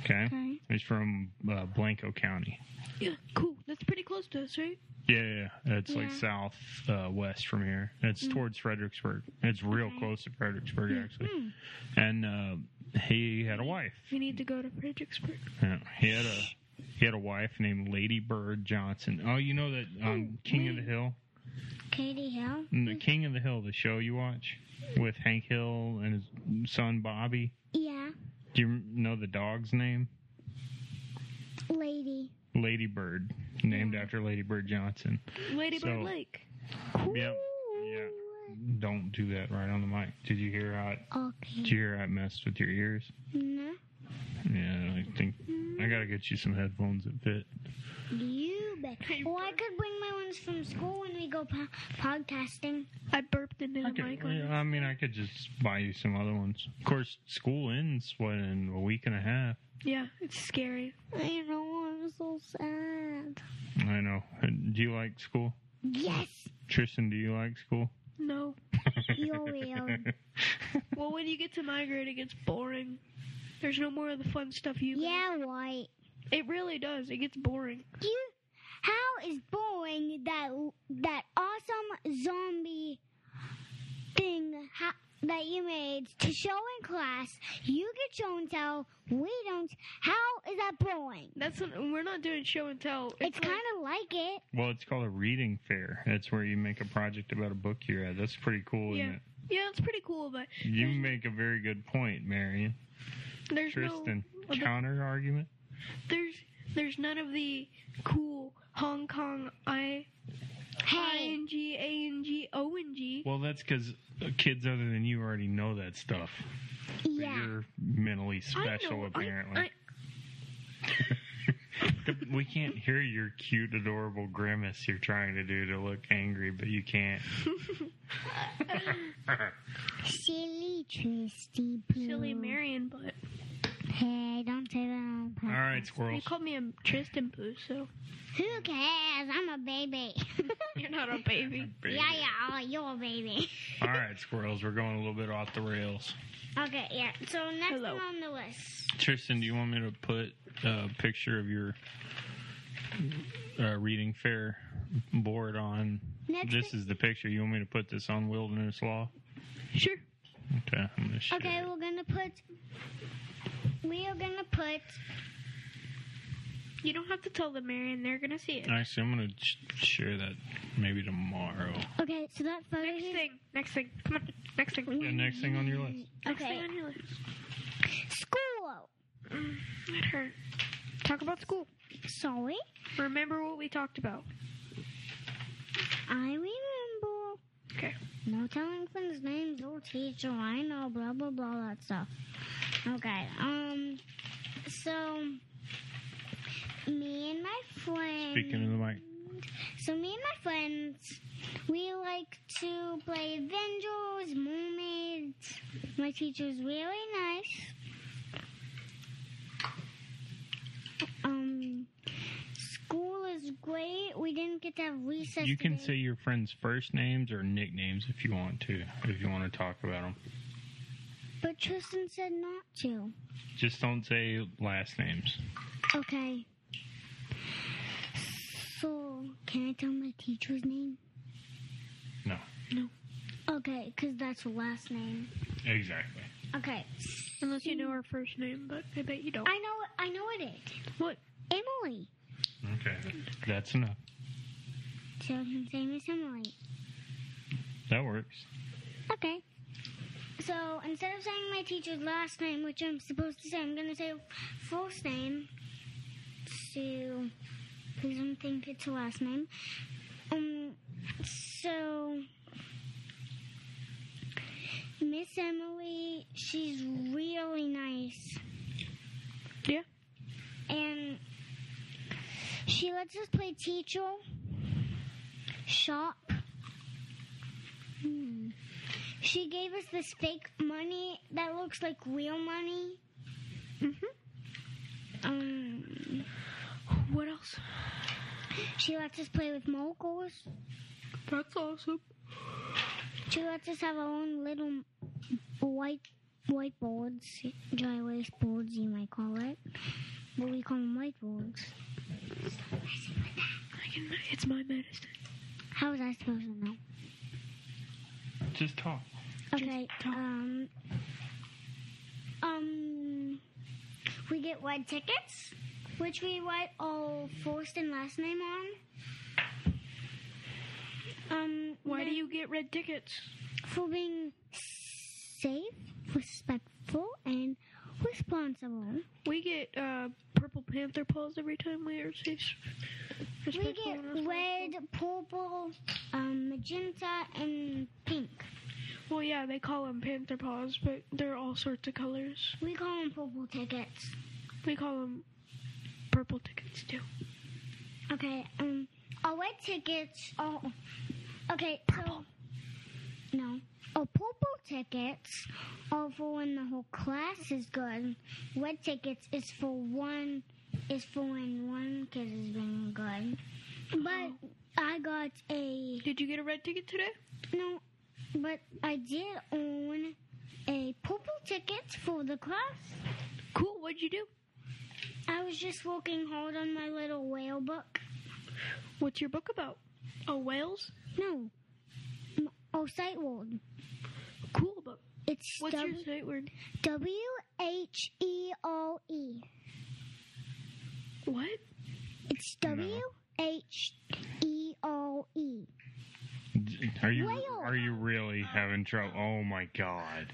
[SPEAKER 1] Okay?
[SPEAKER 2] Okay.
[SPEAKER 1] He's from uh, Blanco County.
[SPEAKER 3] Yeah. Cool. That's pretty close to us, right?
[SPEAKER 1] Yeah, yeah, yeah. it's like
[SPEAKER 2] Yeah. Mm.
[SPEAKER 1] south uh, west from here. It's towards Fredericksburg. It's real
[SPEAKER 2] Okay. Mm,
[SPEAKER 1] close to Fredericksburg,
[SPEAKER 3] Yeah.
[SPEAKER 1] actually. And uh, he had a wife.
[SPEAKER 3] We need to go to Fredericksburg.
[SPEAKER 1] Yeah, he had a he had a wife named Lady Bird Johnson. Oh, you know that um,
[SPEAKER 3] Oh,
[SPEAKER 1] King of
[SPEAKER 3] Lady-
[SPEAKER 1] the Hill, Mm,
[SPEAKER 2] Katie Hill.
[SPEAKER 1] the King of the Hill, the show you watch with Hank Hill and his son Bobby.
[SPEAKER 2] Yeah,
[SPEAKER 1] Do you know the dog's name?
[SPEAKER 2] lady.
[SPEAKER 1] Lady Bird, named after Lady Bird Johnson.
[SPEAKER 3] Ladybird
[SPEAKER 1] So-
[SPEAKER 3] Lake.
[SPEAKER 2] Cool.
[SPEAKER 1] Yeah, yeah. Don't do that right on the mic. Did you hear how it,
[SPEAKER 2] Okay.
[SPEAKER 1] did you hear how it messed with your ears?
[SPEAKER 2] No,
[SPEAKER 1] Yeah, I think I gotta get you some headphones that fit.
[SPEAKER 2] you bet. Well, I could bring my ones from school when we go po- podcasting.
[SPEAKER 3] I burped into the
[SPEAKER 1] I, could,
[SPEAKER 3] mic. on
[SPEAKER 1] I mean, I could just buy you some other ones. Of course, school ends what in a week and a half.
[SPEAKER 3] Yeah, it's scary.
[SPEAKER 2] I know. I'm so sad.
[SPEAKER 1] I know. Do you like school?
[SPEAKER 2] Yes,
[SPEAKER 1] Tristan, do you like school?
[SPEAKER 3] No.
[SPEAKER 2] You're
[SPEAKER 3] um,
[SPEAKER 2] weird.
[SPEAKER 3] Well, when you get to my grade, it gets boring. There's no more of the fun stuff you.
[SPEAKER 2] yeah, right.
[SPEAKER 3] It really does. It gets boring.
[SPEAKER 2] You, how is boring that that awesome zombie thing ha- that you made to show in class? You get show and tell. We don't. How is that boring?
[SPEAKER 3] That's an, we're not doing show and tell.
[SPEAKER 2] It's
[SPEAKER 3] like-
[SPEAKER 2] kind of like it.
[SPEAKER 1] well, it's called a reading fair. That's where you make a project about a book you read. That's pretty cool,
[SPEAKER 3] yeah,
[SPEAKER 1] isn't it?
[SPEAKER 3] yeah. It's pretty cool, but
[SPEAKER 1] You
[SPEAKER 3] There's-
[SPEAKER 1] make a very good point, Marion.
[SPEAKER 3] there's
[SPEAKER 1] Tristan,
[SPEAKER 3] no other-
[SPEAKER 1] counter argument?
[SPEAKER 3] there's there's none of the cool Hong Kong I I
[SPEAKER 2] Hey,
[SPEAKER 3] N G A N G O N G.
[SPEAKER 1] Well, that's because kids other than you already know that stuff. But
[SPEAKER 2] yeah.
[SPEAKER 1] You're mentally
[SPEAKER 3] I
[SPEAKER 1] special,
[SPEAKER 3] know- I-
[SPEAKER 1] apparently.
[SPEAKER 3] I-
[SPEAKER 1] we can't hear your cute, adorable grimace you're trying to do to look angry, but you can't.
[SPEAKER 2] Silly, twisty, poo.
[SPEAKER 3] silly Marion, but
[SPEAKER 2] Hey, don't say that. On
[SPEAKER 1] All
[SPEAKER 2] purpose.
[SPEAKER 1] right,
[SPEAKER 3] you
[SPEAKER 1] squirrels.
[SPEAKER 3] called me a Tristan poo, so
[SPEAKER 2] Who cares? I'm a baby.
[SPEAKER 3] you're not a baby.
[SPEAKER 1] Baby.
[SPEAKER 2] Yeah, yeah, you're a baby.
[SPEAKER 1] All right, squirrels. We're going a little bit off the rails.
[SPEAKER 2] Okay, yeah. So next
[SPEAKER 3] Hello.
[SPEAKER 2] one on the list.
[SPEAKER 1] Tristan, do you want me to put a picture of your uh, reading fair board on?
[SPEAKER 2] Next
[SPEAKER 1] This is the picture. You want me to put this on Wilderness Law?
[SPEAKER 3] Sure.
[SPEAKER 1] Okay, I'm gonna share
[SPEAKER 2] Okay,
[SPEAKER 1] it.
[SPEAKER 2] we're gonna put. We are gonna put.
[SPEAKER 3] You don't have to tell them, Marion. They're gonna see it.
[SPEAKER 1] Actually, I'm gonna sh- share that maybe tomorrow.
[SPEAKER 2] Okay, so that photo.
[SPEAKER 3] Next
[SPEAKER 2] here-
[SPEAKER 3] thing. Next thing. Come on. Next thing.
[SPEAKER 1] Yeah, next thing on your list.
[SPEAKER 3] Next
[SPEAKER 2] Okay.
[SPEAKER 3] thing on your list.
[SPEAKER 2] School.
[SPEAKER 3] Mm, It hurt. Talk about school.
[SPEAKER 2] Sorry,
[SPEAKER 3] Remember what we talked about.
[SPEAKER 2] I remember.
[SPEAKER 3] Okay.
[SPEAKER 2] No telling friends' names or teacher. I know. Blah blah blah. That stuff. Okay. Um. So. Me and my friend.
[SPEAKER 1] Speaking of the mic.
[SPEAKER 2] So me and my friends, we like to play Avengers, Mermaids. My teacher's really nice. Um, school is great. We didn't get to have recess.
[SPEAKER 1] You can say
[SPEAKER 2] today.
[SPEAKER 1] your friends' first names or nicknames if you want to, if you want to talk about them.
[SPEAKER 2] but Tristan said not to.
[SPEAKER 1] Just don't say last names.
[SPEAKER 2] Okay. So can I tell my teacher's name?
[SPEAKER 1] No.
[SPEAKER 2] Okay, because that's her last name.
[SPEAKER 1] Exactly.
[SPEAKER 2] Okay,
[SPEAKER 3] Unless you know her first name, but I bet you don't.
[SPEAKER 2] I know. I know it is
[SPEAKER 3] What?
[SPEAKER 2] Emily.
[SPEAKER 1] Okay. That's enough.
[SPEAKER 2] So his name is Emily.
[SPEAKER 1] That works.
[SPEAKER 2] Okay. So instead of saying my teacher's last name, which I'm supposed to say, I'm gonna say first name. So please don't think it's a last name. Um. So Miss Emily, she's really nice.
[SPEAKER 3] Yeah.
[SPEAKER 2] And she lets us play teacher, shop. Hmm. She gave us this fake money that looks like real money.
[SPEAKER 3] Mm-hmm.
[SPEAKER 2] Um,
[SPEAKER 3] What else?
[SPEAKER 2] she lets us play with moguls.
[SPEAKER 3] That's awesome.
[SPEAKER 2] She lets us have our own little white whiteboards, dry erase boards, you might call it, but we call them whiteboards.
[SPEAKER 3] I can, it's my medicine.
[SPEAKER 2] How was I supposed to know?
[SPEAKER 1] Just talk.
[SPEAKER 2] Okay. Um. Um. We get white tickets, which we write all first and last name on. Um.
[SPEAKER 3] Why do
[SPEAKER 2] then
[SPEAKER 3] you get red tickets?
[SPEAKER 2] For being safe, respectful, and responsible.
[SPEAKER 3] We get uh, purple panther paws every time we are safe.
[SPEAKER 2] We get red, purple, um, magenta, and pink.
[SPEAKER 3] Well, yeah, they call them panther paws, but they're all sorts of colors.
[SPEAKER 2] We call them purple tickets.
[SPEAKER 3] We call them purple tickets too.
[SPEAKER 2] Okay, um, our red tickets are. Okay, so. No. Our purple tickets are for when the whole class is good. Red tickets is for one. Is for when one kid is being good. But I got a
[SPEAKER 3] Did you get a red ticket today?
[SPEAKER 2] no, but I did own a purple ticket for the class.
[SPEAKER 3] Cool. What'd you do?
[SPEAKER 2] I was just working hard on my little whale book.
[SPEAKER 3] What's your book about? Oh, whales.
[SPEAKER 2] No, m- oh, sight world.
[SPEAKER 3] Cool book.
[SPEAKER 2] It's
[SPEAKER 3] What's
[SPEAKER 2] W-
[SPEAKER 3] your sight word?
[SPEAKER 2] W H E O E.
[SPEAKER 3] What?
[SPEAKER 2] It's W H E O E.
[SPEAKER 1] Are you
[SPEAKER 2] Whale.
[SPEAKER 1] are you
[SPEAKER 2] uh,
[SPEAKER 1] really having trouble? Oh my god!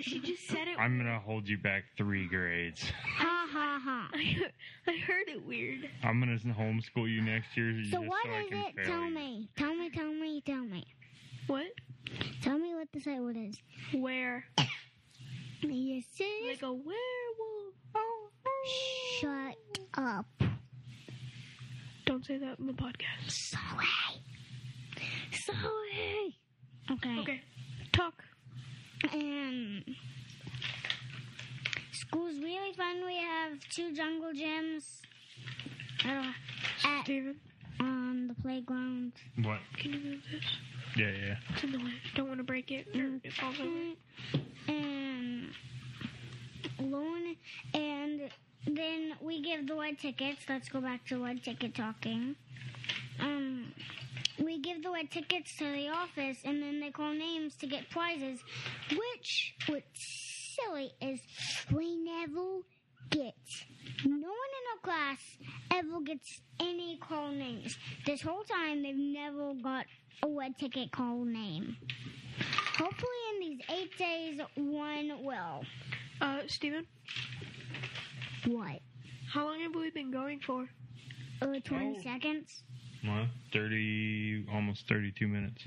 [SPEAKER 3] She just said it.
[SPEAKER 1] I'm gonna hold you back three grades.
[SPEAKER 2] Ha ha ha.
[SPEAKER 3] I, I heard it weird.
[SPEAKER 1] I'm gonna homeschool you next year.
[SPEAKER 2] So
[SPEAKER 1] just
[SPEAKER 2] what
[SPEAKER 1] so I
[SPEAKER 2] is
[SPEAKER 1] can
[SPEAKER 2] it?
[SPEAKER 1] fail
[SPEAKER 2] Tell
[SPEAKER 1] you.
[SPEAKER 2] me. Tell me, tell me, tell me.
[SPEAKER 3] What?
[SPEAKER 2] Tell me what the sight word is.
[SPEAKER 3] Where?
[SPEAKER 2] Yes, it is.
[SPEAKER 3] Like a werewolf.
[SPEAKER 2] Shut up.
[SPEAKER 3] Don't say that in the podcast.
[SPEAKER 2] Sorry. Sorry. Okay.
[SPEAKER 3] Okay. Talk.
[SPEAKER 2] Um, school's really fun. We have two jungle gyms uh, at,
[SPEAKER 3] Steven,
[SPEAKER 2] on the playground.
[SPEAKER 1] What?
[SPEAKER 3] can you move this?
[SPEAKER 1] Yeah, yeah.
[SPEAKER 3] It's in the way. Don't want to break it. Or
[SPEAKER 2] Mm.
[SPEAKER 3] it falls over.
[SPEAKER 2] and loan and then we give the red tickets let's go back to red ticket talking um we give the red tickets to the office and then they call names to get prizes which what's silly is we never get no one in our class ever gets any call names this whole time they've never got a red ticket call name Hopefully, in these eight days, one will.
[SPEAKER 3] Uh, Steven,
[SPEAKER 2] What?
[SPEAKER 3] how long have we been going for?
[SPEAKER 2] Uh, 20
[SPEAKER 1] Oh.
[SPEAKER 2] seconds?
[SPEAKER 1] Well, thirty, almost thirty-two minutes.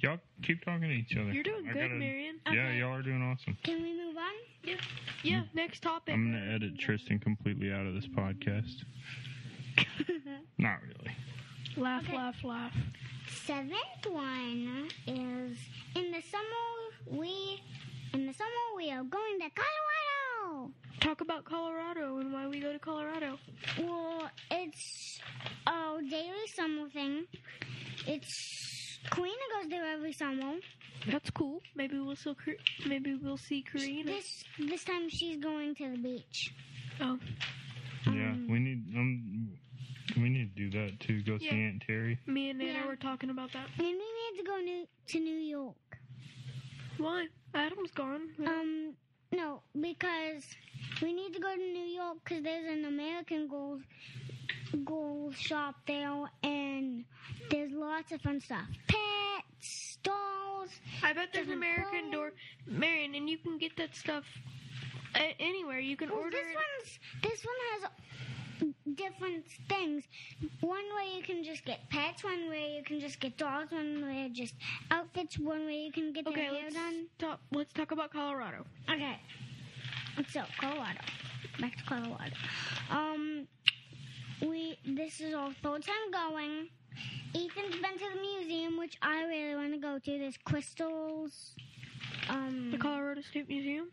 [SPEAKER 1] Y'all keep talking to each other.
[SPEAKER 3] You're doing
[SPEAKER 1] I
[SPEAKER 3] good,
[SPEAKER 1] gotta-
[SPEAKER 3] Marion.
[SPEAKER 1] Yeah,
[SPEAKER 2] Okay.
[SPEAKER 1] y'all are doing awesome.
[SPEAKER 2] Can we move on?
[SPEAKER 3] Yeah, next topic.
[SPEAKER 1] Mm. I'm gonna edit Tristan completely out of this podcast. Not really.
[SPEAKER 3] Laugh,
[SPEAKER 2] Okay.
[SPEAKER 3] laugh, laugh.
[SPEAKER 2] Seventh one is in the summer, we. In the summer, we are going to Colorado!
[SPEAKER 3] Talk about Colorado and why we go to Colorado.
[SPEAKER 2] Well, it's our daily summer thing. It's. Karina goes there every summer.
[SPEAKER 3] That's cool. Maybe we'll still cre- maybe we'll see Karina.
[SPEAKER 2] This this time she's going to the beach.
[SPEAKER 3] Oh,
[SPEAKER 1] Yeah, we need um, we need to do that too. Go see
[SPEAKER 3] Yeah.
[SPEAKER 1] Aunt Terry.
[SPEAKER 3] me and Nana
[SPEAKER 2] Yeah.
[SPEAKER 3] were talking about that.
[SPEAKER 2] And we need to go new, to New York.
[SPEAKER 3] Why? Adam's gone.
[SPEAKER 2] Um, no, because we need to go to New York because there's an American Gold Gold shop there, and there's lots of fun stuff: pets, dolls.
[SPEAKER 3] I bet there's
[SPEAKER 2] Doesn't
[SPEAKER 3] American
[SPEAKER 2] play.
[SPEAKER 3] door, Marion, and you can get that stuff a- anywhere. You can
[SPEAKER 2] Well,
[SPEAKER 3] order.
[SPEAKER 2] this
[SPEAKER 3] it.
[SPEAKER 2] one's this one has different things. One way you can just get pets. One way you can just get dolls. One way just outfits. One way you can get
[SPEAKER 3] Okay,
[SPEAKER 2] your hair
[SPEAKER 3] let's
[SPEAKER 2] done.
[SPEAKER 3] talk. Let's talk about Colorado.
[SPEAKER 2] Okay. So Colorado. Back to Colorado. Um we this is our third time going. Ethan's been to the museum, which I really want to go to. There's crystals. Um
[SPEAKER 3] The Colorado State Museum.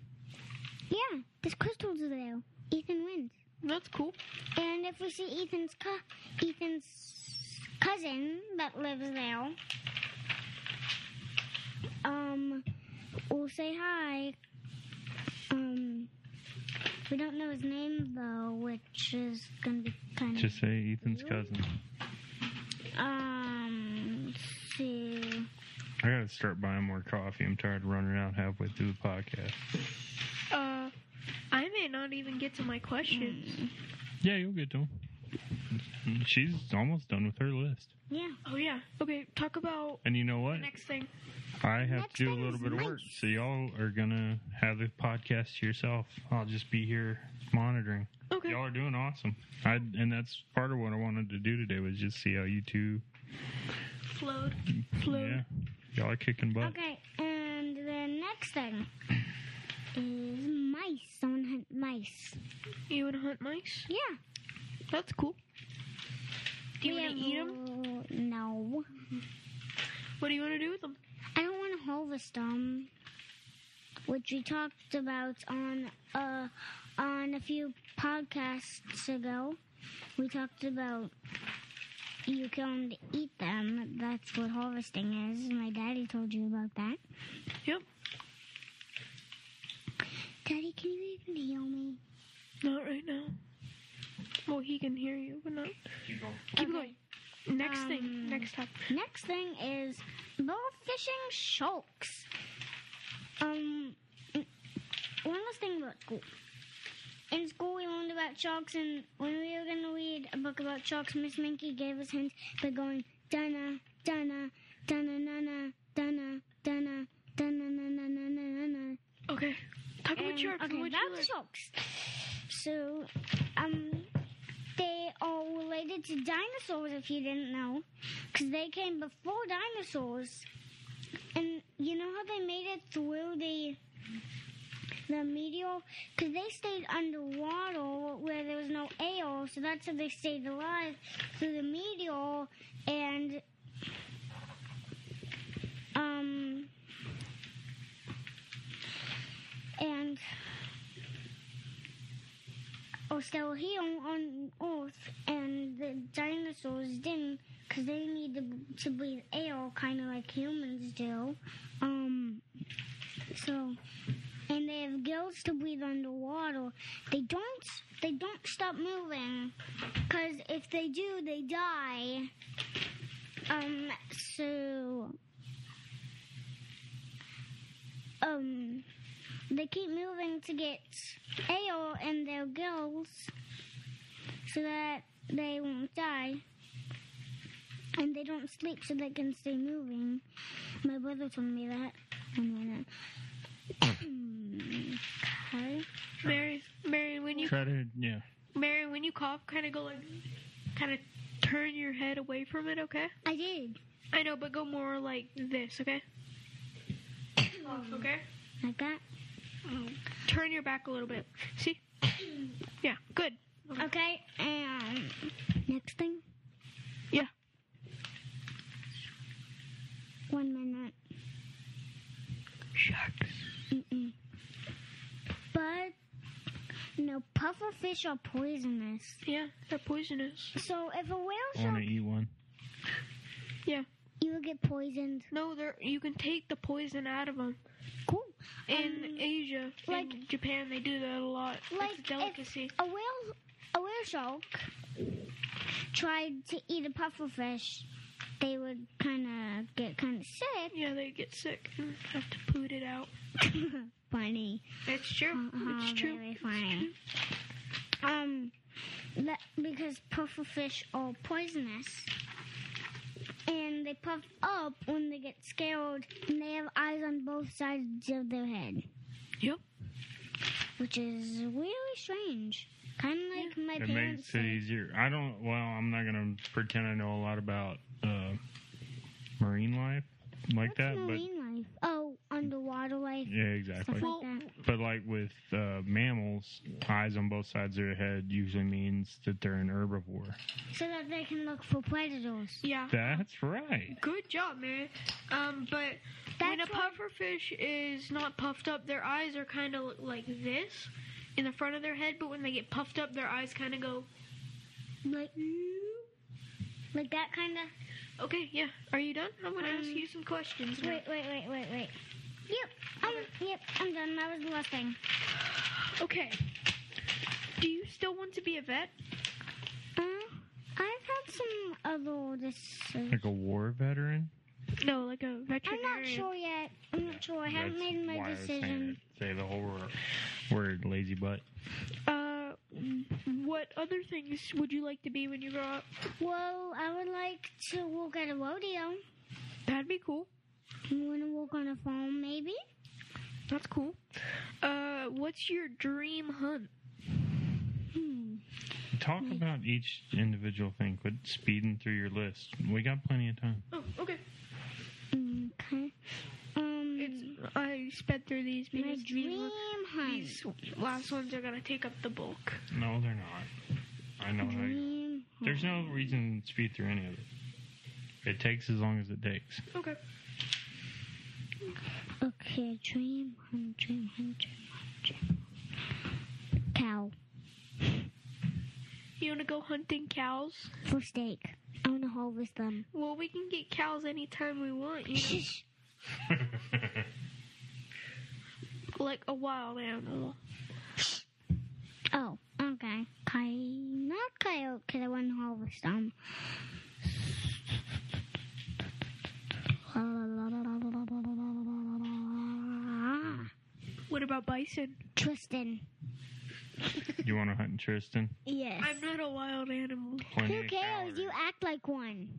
[SPEAKER 2] Yeah, there's crystals there. Ethan wins.
[SPEAKER 3] That's cool.
[SPEAKER 2] And if we see Ethan's co- Ethan's cousin that lives there, um, we'll say hi. Um, we don't know his name though, which is gonna be kind of
[SPEAKER 1] Just say Ethan's
[SPEAKER 2] Really?
[SPEAKER 1] cousin.
[SPEAKER 2] um. let's See,
[SPEAKER 1] I gotta start buying more coffee. I'm tired of running out halfway through the podcast.
[SPEAKER 3] Uh, I may not even get to my questions.
[SPEAKER 2] Mm.
[SPEAKER 1] Yeah, you'll get to them. She's almost done with her list.
[SPEAKER 2] yeah.
[SPEAKER 3] Oh yeah. Okay, talk about
[SPEAKER 1] And you know
[SPEAKER 3] the
[SPEAKER 1] what?
[SPEAKER 3] next thing.
[SPEAKER 1] I have
[SPEAKER 2] Next
[SPEAKER 1] to do a
[SPEAKER 2] thing
[SPEAKER 1] little
[SPEAKER 2] is
[SPEAKER 1] bit of work,
[SPEAKER 2] mice.
[SPEAKER 1] so y'all are gonna have the podcast to yourself. I'll just be here monitoring.
[SPEAKER 3] Okay.
[SPEAKER 1] Y'all are doing awesome. I and that's part of what I wanted to do today was just see how you two.
[SPEAKER 3] Flowed. Flowed.
[SPEAKER 1] Yeah, y'all are kicking butt.
[SPEAKER 2] Okay, and the next thing is mice. Someone hunt mice.
[SPEAKER 3] You would hunt mice.
[SPEAKER 2] Yeah.
[SPEAKER 3] That's cool. Do you
[SPEAKER 2] We
[SPEAKER 3] want
[SPEAKER 2] have
[SPEAKER 3] to eat them?
[SPEAKER 2] l- No.
[SPEAKER 3] What do you want to do with them?
[SPEAKER 2] I don't want to harvest them, which we talked about on uh on a few podcasts ago. We talked about you kill 'em to eat them. That's what harvesting is. My daddy told you about that.
[SPEAKER 3] Yep.
[SPEAKER 2] Daddy, can you even hear me?
[SPEAKER 3] Not right now. Well, he can hear you, but not.
[SPEAKER 1] Keep going.
[SPEAKER 3] Keep
[SPEAKER 2] Okay.
[SPEAKER 3] going. Next
[SPEAKER 2] Um,
[SPEAKER 3] thing. Next topic.
[SPEAKER 2] Next thing is ball fishing sharks. Um, one last thing about school. In school, we learned about sharks, and when we were going to read a book about sharks, Miss Minky gave us hints by going dunna, dunna, dunna, dunna, dunna, dunna, dunna, dunna, dunna, dunna.
[SPEAKER 3] Okay. Talk about
[SPEAKER 2] And-
[SPEAKER 3] sharks.
[SPEAKER 2] Okay,
[SPEAKER 3] what you
[SPEAKER 2] about
[SPEAKER 3] like.
[SPEAKER 2] sharks. So, um, they are related to dinosaurs. If you didn't know, because they came before dinosaurs, and you know how they made it through the the meteor, because they stayed underwater where there was no air, so that's how they stayed alive through the meteor and um and are still here oh, on Earth, and the dinosaurs didn't, because they need to, to breathe air, kind of like humans do. Um, so, and they have gills to breathe underwater. They don't, they don't stop moving, because if they do, they die. Um, so, um, they keep moving to get ale in their gills so that they won't die. And they don't sleep so they can stay moving. My brother told me that. One minute. okay.
[SPEAKER 3] Mary, Mary, when you
[SPEAKER 1] Try to, yeah.
[SPEAKER 3] Mary, when you cough, kind of go like, kind of turn your head away from it. Okay.
[SPEAKER 2] I did.
[SPEAKER 3] I know, but go more like this. Okay.
[SPEAKER 2] Mm.
[SPEAKER 3] okay. Mm.
[SPEAKER 2] Like that.
[SPEAKER 3] Turn your back a little bit. See? Yeah. Good.
[SPEAKER 2] Okay, and next thing?
[SPEAKER 3] Yeah.
[SPEAKER 2] One minute.
[SPEAKER 3] Sharks.
[SPEAKER 2] Mm-mm. But, no, pufferfish are poisonous.
[SPEAKER 3] Yeah, they're poisonous.
[SPEAKER 2] So if a whale
[SPEAKER 1] I want to
[SPEAKER 2] shark,
[SPEAKER 1] eat one.
[SPEAKER 2] you will get poisoned.
[SPEAKER 3] No, they're you can take the poison out of them.
[SPEAKER 2] Cool.
[SPEAKER 3] In
[SPEAKER 2] Um,
[SPEAKER 3] Asia, in
[SPEAKER 2] like-
[SPEAKER 3] Japan, they do that a lot.
[SPEAKER 2] like
[SPEAKER 3] it's a
[SPEAKER 2] if-
[SPEAKER 3] delicacy.
[SPEAKER 2] A whale, a whale shark tried to eat a pufferfish. They would kind of get kind of sick.
[SPEAKER 3] yeah, they get sick and have to poot it out.
[SPEAKER 2] Funny.
[SPEAKER 3] It's true.
[SPEAKER 2] Uh-huh,
[SPEAKER 3] it's true.
[SPEAKER 2] Very funny. Um, that, because pufferfish are poisonous, and they puff up when they get scared, and they have eyes on both sides of their head.
[SPEAKER 3] Yep.
[SPEAKER 2] Which is really strange. Kind of like my
[SPEAKER 1] It
[SPEAKER 2] parents.
[SPEAKER 1] makes it
[SPEAKER 2] said.
[SPEAKER 1] easier. I don't. Well, I'm not gonna pretend I know a lot about uh, marine life like
[SPEAKER 2] What's
[SPEAKER 1] that, but
[SPEAKER 2] marine life? Oh, underwater life.
[SPEAKER 1] yeah, exactly.
[SPEAKER 2] Stuff
[SPEAKER 3] Well,
[SPEAKER 2] like that.
[SPEAKER 1] But like with uh, mammals, eyes on both sides of their head usually means that they're an herbivore.
[SPEAKER 2] So that they can look for predators.
[SPEAKER 3] Yeah.
[SPEAKER 1] That's right.
[SPEAKER 3] Good job, man. Um, but when a
[SPEAKER 2] That's why-
[SPEAKER 3] pufferfish is not puffed up, their eyes are kind of like this in the front of their head. But when they get puffed up, their eyes kind of go.
[SPEAKER 2] Like, like that kind of.
[SPEAKER 3] Okay, yeah. Are you done? I'm gonna ask
[SPEAKER 2] Um,
[SPEAKER 3] you some questions. now.
[SPEAKER 2] Wait, wait, wait, wait, wait. Yep, I'm, yep, I'm done. That was the last thing.
[SPEAKER 3] Okay. Do you still want to be a vet?
[SPEAKER 2] Uh, I've had some other decisions.
[SPEAKER 1] Like a war veteran.
[SPEAKER 3] No, like a
[SPEAKER 2] I'm
[SPEAKER 3] veterinarian.
[SPEAKER 2] not sure yet. I'm not sure. I haven't
[SPEAKER 1] That's
[SPEAKER 2] made
[SPEAKER 1] why I
[SPEAKER 2] my
[SPEAKER 1] was saying
[SPEAKER 2] decision.
[SPEAKER 1] it. Say the whole word, word lazy butt.
[SPEAKER 3] Uh, what other things would you like to be when you grow up?
[SPEAKER 2] Well, I would like to work at a rodeo.
[SPEAKER 3] That'd be cool.
[SPEAKER 2] I want to work on a farm, maybe.
[SPEAKER 3] That's cool. Uh, what's your dream hunt?
[SPEAKER 2] Hmm.
[SPEAKER 1] Talk about each individual thing. Quit speeding through your list. We got plenty of time.
[SPEAKER 3] Oh, okay.
[SPEAKER 2] Okay. Um,
[SPEAKER 3] It's Mm, I sped through these
[SPEAKER 2] my
[SPEAKER 3] because these,
[SPEAKER 2] dream
[SPEAKER 3] ones-
[SPEAKER 2] hunt.
[SPEAKER 3] these last ones are gonna take up the bulk.
[SPEAKER 1] No, they're not. I know how you.
[SPEAKER 2] Dream hunt.
[SPEAKER 1] There's no reason to speed through any of it. It takes as long as it takes.
[SPEAKER 3] Okay.
[SPEAKER 2] Okay, dream hunt, dream hunt, dream hunt, dream hunt. Cow
[SPEAKER 3] You wanna go hunting cows?
[SPEAKER 2] for steak. I want to harvest them.
[SPEAKER 3] Well, we can get cows anytime we want. You know?
[SPEAKER 2] Shh.
[SPEAKER 3] like a wild animal.
[SPEAKER 2] Oh, okay. Coy- not coyote, because I want to harvest them.
[SPEAKER 3] What about bison?
[SPEAKER 2] Tristan.
[SPEAKER 1] you want to hunt Tristan?
[SPEAKER 2] Yes.
[SPEAKER 3] I'm not a wild animal.
[SPEAKER 1] Plenty
[SPEAKER 2] Who
[SPEAKER 1] of
[SPEAKER 2] cares?
[SPEAKER 1] calories.
[SPEAKER 2] You act like one.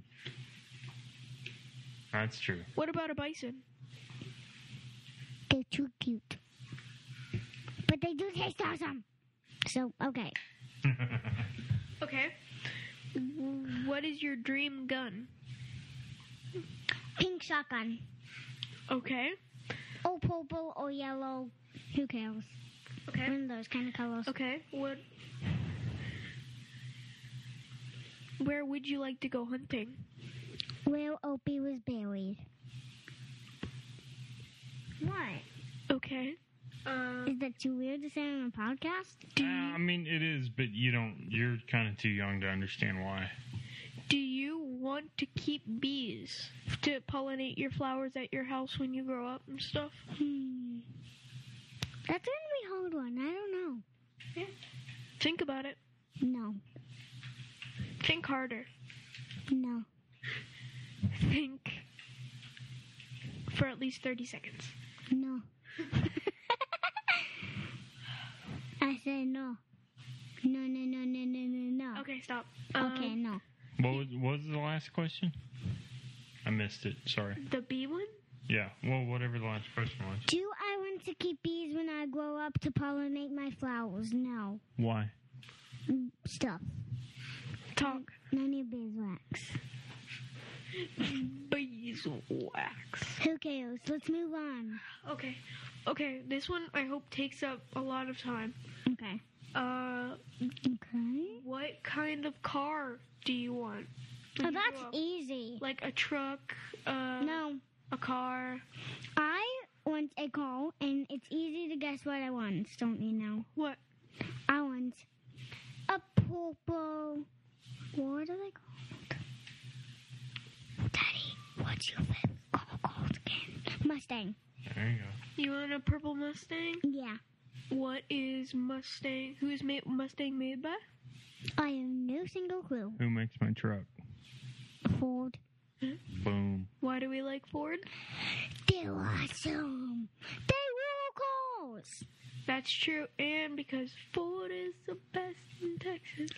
[SPEAKER 1] That's true.
[SPEAKER 3] What about a bison?
[SPEAKER 2] They're too cute. But they do taste awesome. So, okay.
[SPEAKER 3] Okay. What is your dream gun?
[SPEAKER 2] Pink shotgun.
[SPEAKER 3] Okay.
[SPEAKER 2] Or purple or yellow. Who cares?
[SPEAKER 3] Okay.
[SPEAKER 2] One of those kind of colors.
[SPEAKER 3] Okay. What? Where would you like to go hunting?
[SPEAKER 2] Where Opie was buried. What?
[SPEAKER 3] Okay. Uh,
[SPEAKER 2] Is that too weird to say on a podcast?
[SPEAKER 1] Uh, I mean, it is, but you don't. You're kind of too young to understand why.
[SPEAKER 3] do you want to keep bees to pollinate your flowers at your house when you grow up and stuff?
[SPEAKER 2] Hmm. That's gonna be a hard one. I don't know.
[SPEAKER 3] Think about it.
[SPEAKER 2] No.
[SPEAKER 3] Think harder.
[SPEAKER 2] No.
[SPEAKER 3] Think for at least 30 seconds.
[SPEAKER 2] No. I said no. No, no, no, no, no, no, no.
[SPEAKER 3] Okay, stop.
[SPEAKER 2] Okay,
[SPEAKER 3] Um,
[SPEAKER 2] no.
[SPEAKER 1] What was, what was the last question? I missed it. Sorry.
[SPEAKER 3] The bee one?
[SPEAKER 1] Yeah. Well, whatever the last question was.
[SPEAKER 2] Do I want to keep bees when I grow up to pollinate my flowers? No.
[SPEAKER 1] Why?
[SPEAKER 2] Mm, Stuff.
[SPEAKER 3] Talk.
[SPEAKER 2] No need beeswax.
[SPEAKER 3] Beeswax.
[SPEAKER 2] Who cares? Let's move on.
[SPEAKER 3] Okay. Okay, this one I hope takes up a lot of time.
[SPEAKER 2] Okay.
[SPEAKER 3] Uh,
[SPEAKER 2] Okay.
[SPEAKER 3] what kind of car do you want?
[SPEAKER 2] Oh,
[SPEAKER 3] when you
[SPEAKER 2] that's
[SPEAKER 3] grow up?
[SPEAKER 2] easy.
[SPEAKER 3] like a truck, uh,
[SPEAKER 2] No.
[SPEAKER 3] a car.
[SPEAKER 2] I want a call, and it's easy to guess what I want, don't you know?
[SPEAKER 3] What?
[SPEAKER 2] I want a purple. What are they called? Daddy, what's your favorite car called again? Mustang.
[SPEAKER 1] There you go.
[SPEAKER 3] You want a purple Mustang?
[SPEAKER 2] Yeah,
[SPEAKER 3] What is Mustang? Who is ma- Mustang made by?
[SPEAKER 2] I have no single clue.
[SPEAKER 1] Who makes my truck?
[SPEAKER 2] Ford.
[SPEAKER 1] Boom.
[SPEAKER 3] Why do we like Ford?
[SPEAKER 2] They're awesome. They were cars.
[SPEAKER 3] That's true, and because Ford is the best in Texas.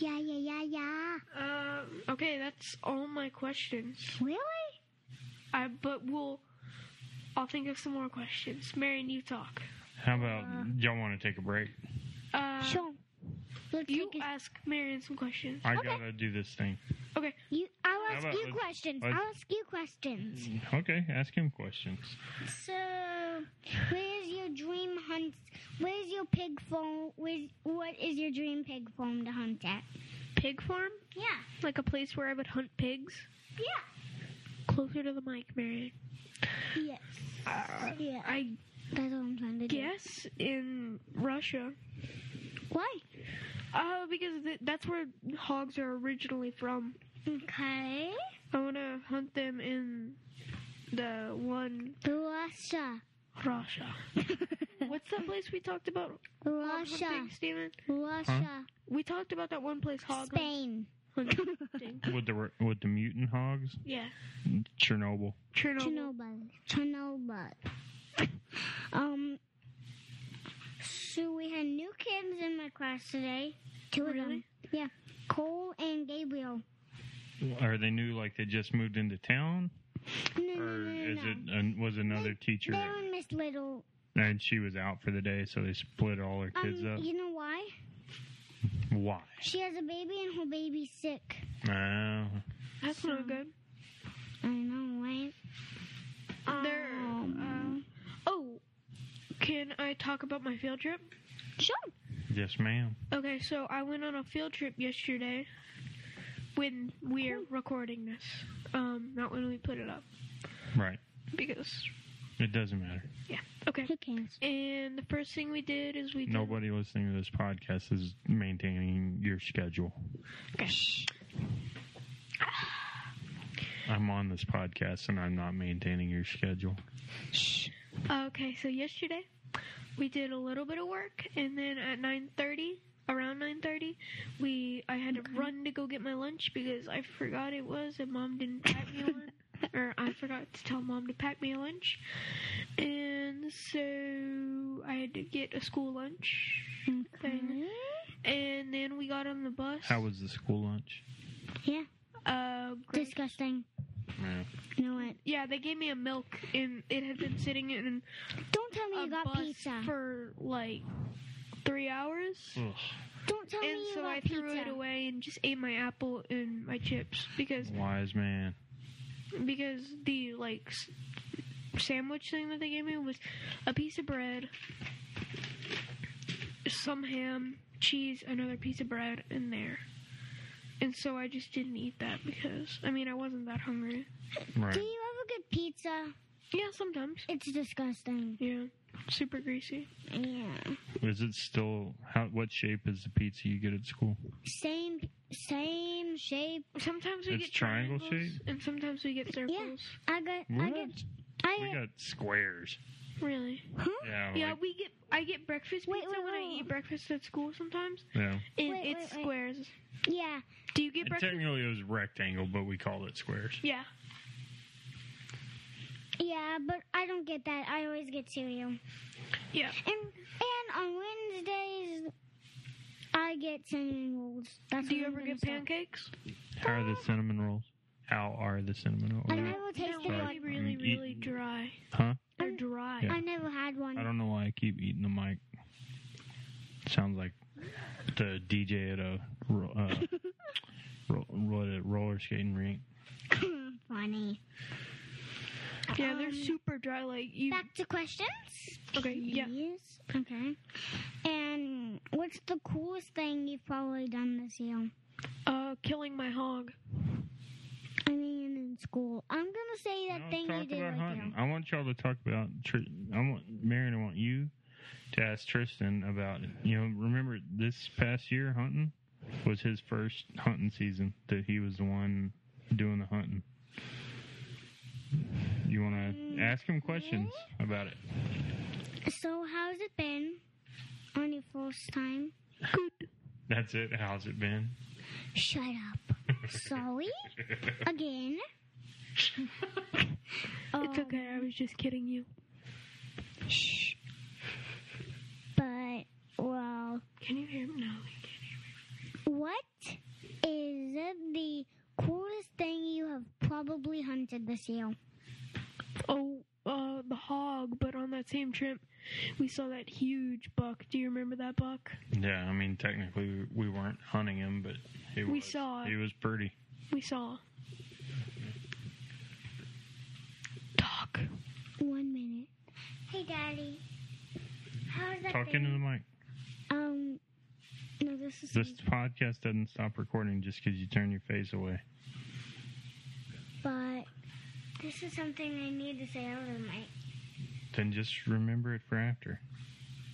[SPEAKER 2] Yeah, yeah, yeah, yeah.
[SPEAKER 3] Um, okay, that's all my questions.
[SPEAKER 2] Really?
[SPEAKER 3] I but we'll. I'll think of some more questions. Marion, you talk.
[SPEAKER 1] How about
[SPEAKER 2] Uh.
[SPEAKER 1] y'all want to take a break?
[SPEAKER 3] Uh,
[SPEAKER 2] Sure. Let's
[SPEAKER 3] You
[SPEAKER 2] take a-
[SPEAKER 3] ask Marion some questions.
[SPEAKER 1] I
[SPEAKER 2] Okay.
[SPEAKER 1] gotta do this thing.
[SPEAKER 3] Okay.
[SPEAKER 2] you, I'll
[SPEAKER 1] How
[SPEAKER 2] ask
[SPEAKER 1] about
[SPEAKER 2] you
[SPEAKER 1] let's-
[SPEAKER 2] questions.
[SPEAKER 1] let's-
[SPEAKER 2] I'll ask you questions.
[SPEAKER 1] Okay. Ask him questions.
[SPEAKER 2] So, where's your dream hunt? Where's your pig farm? Where's, what is your dream pig farm to hunt at?
[SPEAKER 3] Pig farm?
[SPEAKER 2] Yeah,
[SPEAKER 3] Like a place where I would hunt pigs?
[SPEAKER 2] yeah,
[SPEAKER 3] Closer to the mic, Marion. Uh,
[SPEAKER 2] yes, yeah.
[SPEAKER 3] I
[SPEAKER 2] That's what I'm trying to do.
[SPEAKER 3] guess in Russia.
[SPEAKER 2] Why?
[SPEAKER 3] Uh, because th- that's where hogs are originally from.
[SPEAKER 2] Okay.
[SPEAKER 3] I want to hunt them in the one
[SPEAKER 2] Russia,
[SPEAKER 3] Russia. What's that place we talked about? hog
[SPEAKER 2] Russia,
[SPEAKER 3] hunting, Steven?
[SPEAKER 2] Russia,
[SPEAKER 3] We talked about that one place hog hunt-
[SPEAKER 2] Spain.
[SPEAKER 3] hunting.
[SPEAKER 1] With the with the mutant hogs,
[SPEAKER 3] yeah.
[SPEAKER 1] Chernobyl.
[SPEAKER 3] Chernobyl.
[SPEAKER 2] Chernobyl. Chernobyl. um. So we had new kids in my class today. Two of them.
[SPEAKER 3] Really?
[SPEAKER 2] Yeah, Cole and Gabriel.
[SPEAKER 1] Are they new? Like they just moved into town,
[SPEAKER 2] No, no,
[SPEAKER 1] or
[SPEAKER 2] no, no,
[SPEAKER 1] is
[SPEAKER 2] no.
[SPEAKER 1] it an, was another teacher
[SPEAKER 2] They
[SPEAKER 1] that
[SPEAKER 2] were Miss Little.
[SPEAKER 1] and she was out for the day, so they split all her kids
[SPEAKER 2] Um,
[SPEAKER 1] up.
[SPEAKER 2] you know why?
[SPEAKER 1] Why?
[SPEAKER 2] She has a baby and her baby's sick.
[SPEAKER 1] Oh,
[SPEAKER 3] That's not good.
[SPEAKER 2] I know, right?
[SPEAKER 3] There. Uh,
[SPEAKER 2] Um,
[SPEAKER 3] oh, can I talk about my field trip?
[SPEAKER 2] Sure.
[SPEAKER 1] yes, ma'am.
[SPEAKER 3] Okay, so I went on a field trip yesterday when we're recording this. Um, not when we put it up
[SPEAKER 1] Right.
[SPEAKER 3] because
[SPEAKER 1] It doesn't matter.
[SPEAKER 3] yeah. Okay.
[SPEAKER 2] Who cares?
[SPEAKER 3] And the first thing we did is we did,
[SPEAKER 1] Nobody listening to this podcast is maintaining your schedule.
[SPEAKER 3] Okay.
[SPEAKER 1] I'm on this podcast and I'm not maintaining your schedule.
[SPEAKER 3] Okay, so yesterday we did a little bit of work, and then at nine thirty, around nine thirty, we I had to run to go get my lunch because I forgot it was, and mom didn't pack me one, or I forgot to tell mom to pack me a lunch, and so I had to get a school lunch thing, and then we got on the bus.
[SPEAKER 1] How was the school lunch?
[SPEAKER 2] Yeah.
[SPEAKER 3] uh, grocery
[SPEAKER 2] Disgusting.
[SPEAKER 1] Yeah.
[SPEAKER 2] You know what?
[SPEAKER 3] Yeah, they gave me a milk, and it had been sitting in
[SPEAKER 2] Don't tell me
[SPEAKER 3] a
[SPEAKER 2] you got
[SPEAKER 3] bus
[SPEAKER 2] pizza.
[SPEAKER 3] for like three hours,
[SPEAKER 1] Ugh.
[SPEAKER 2] Don't tell
[SPEAKER 3] and
[SPEAKER 2] me you
[SPEAKER 3] so
[SPEAKER 2] got
[SPEAKER 3] I
[SPEAKER 2] pizza.
[SPEAKER 3] threw it away and just ate my apple and my chips because
[SPEAKER 1] Wise man.
[SPEAKER 3] because the like s- sandwich thing that they gave me was a piece of bread, some ham, cheese, another piece of bread in there. And so I just didn't eat that because I mean I wasn't that hungry.
[SPEAKER 2] Do
[SPEAKER 1] Right.
[SPEAKER 2] you have a good pizza?
[SPEAKER 3] Yeah, sometimes.
[SPEAKER 2] It's disgusting.
[SPEAKER 3] Yeah, super greasy.
[SPEAKER 2] Yeah.
[SPEAKER 1] Is it still how what shape is the pizza you get at school?
[SPEAKER 2] Same same shape.
[SPEAKER 3] Sometimes we
[SPEAKER 1] It's
[SPEAKER 3] get
[SPEAKER 1] triangle
[SPEAKER 3] triangles,
[SPEAKER 1] shape?
[SPEAKER 3] and sometimes we get circles.
[SPEAKER 2] I got I
[SPEAKER 1] What?
[SPEAKER 2] got I
[SPEAKER 1] We got squares.
[SPEAKER 3] Really?
[SPEAKER 2] huh?
[SPEAKER 1] Yeah.
[SPEAKER 3] Yeah,
[SPEAKER 1] like-
[SPEAKER 3] we get. I get breakfast pizza
[SPEAKER 2] Wait, wait,
[SPEAKER 3] when
[SPEAKER 2] wait,
[SPEAKER 3] I
[SPEAKER 2] wait.
[SPEAKER 3] eat breakfast at school sometimes,
[SPEAKER 1] yeah.
[SPEAKER 3] and
[SPEAKER 2] Wait,
[SPEAKER 3] it's
[SPEAKER 2] wait, wait.
[SPEAKER 3] squares.
[SPEAKER 2] Yeah.
[SPEAKER 3] Do you get
[SPEAKER 1] And
[SPEAKER 3] breakfast?
[SPEAKER 1] technically it was rectangle, but we called it squares.
[SPEAKER 3] Yeah.
[SPEAKER 2] Yeah, but I don't get that. I always get cereal.
[SPEAKER 3] Yeah.
[SPEAKER 2] And and on Wednesdays I get cinnamon rolls. That's
[SPEAKER 3] Do
[SPEAKER 2] when
[SPEAKER 3] you
[SPEAKER 2] I'm
[SPEAKER 3] ever
[SPEAKER 2] gonna
[SPEAKER 3] get
[SPEAKER 2] stop.
[SPEAKER 3] pancakes?
[SPEAKER 1] How are the cinnamon rolls? How are the cinnamon
[SPEAKER 2] I
[SPEAKER 1] rolls?
[SPEAKER 2] never
[SPEAKER 3] They're
[SPEAKER 2] tasted
[SPEAKER 3] really,
[SPEAKER 2] one.
[SPEAKER 3] really,
[SPEAKER 1] Mm, eat-
[SPEAKER 3] really dry.
[SPEAKER 1] Huh?
[SPEAKER 3] They're
[SPEAKER 2] Um,
[SPEAKER 3] dry.
[SPEAKER 1] Yeah.
[SPEAKER 2] I never had
[SPEAKER 1] I
[SPEAKER 2] one.
[SPEAKER 1] don't know why I keep eating the mic. Sounds like the DJ at a ro- uh, ro- what a roller skating rink.
[SPEAKER 2] Funny.
[SPEAKER 3] Yeah, they're
[SPEAKER 2] Um,
[SPEAKER 3] super dry. Like you.
[SPEAKER 2] Back to questions.
[SPEAKER 3] Okay, yeah.
[SPEAKER 2] please. Okay. And what's the coolest thing you've probably done this year?
[SPEAKER 3] Uh, killing my hog.
[SPEAKER 2] I mean, in school. I'm gonna say that
[SPEAKER 1] No,
[SPEAKER 2] thing you
[SPEAKER 1] talk
[SPEAKER 2] did
[SPEAKER 1] about
[SPEAKER 2] with
[SPEAKER 1] hunting.
[SPEAKER 2] you.
[SPEAKER 1] I want y'all to talk about. Tr- I want Marion. I want you to ask Tristan about. You know, remember this past year hunting was his first hunting season. That he was the one doing the hunting. You want
[SPEAKER 2] Mm,
[SPEAKER 1] to ask him questions about it?
[SPEAKER 2] So, how's it been on your first time?
[SPEAKER 3] Good.
[SPEAKER 1] That's it. How's it been?
[SPEAKER 2] Shut up. Sorry? Again? Oh,
[SPEAKER 3] It's okay.
[SPEAKER 2] Um,
[SPEAKER 3] I was just kidding you.
[SPEAKER 2] Shh. But, well,
[SPEAKER 3] Can you hear me? No.
[SPEAKER 2] what is the coolest thing you have probably hunted this year?
[SPEAKER 3] Oh, uh, the hog. But on that same trip, we saw that huge buck. Do you remember that buck?
[SPEAKER 1] Yeah, I mean, technically we weren't hunting him, but he
[SPEAKER 3] We
[SPEAKER 1] was,
[SPEAKER 3] saw it.
[SPEAKER 1] He was pretty.
[SPEAKER 3] We saw. Talk.
[SPEAKER 2] One minute. Hey, Daddy. How's that
[SPEAKER 1] Talk into the mic.
[SPEAKER 2] Um, no, this is
[SPEAKER 1] This podcast doesn't stop recording just because you turn your face away.
[SPEAKER 2] but this is something I need to say over the mic.
[SPEAKER 1] Then just remember it for after.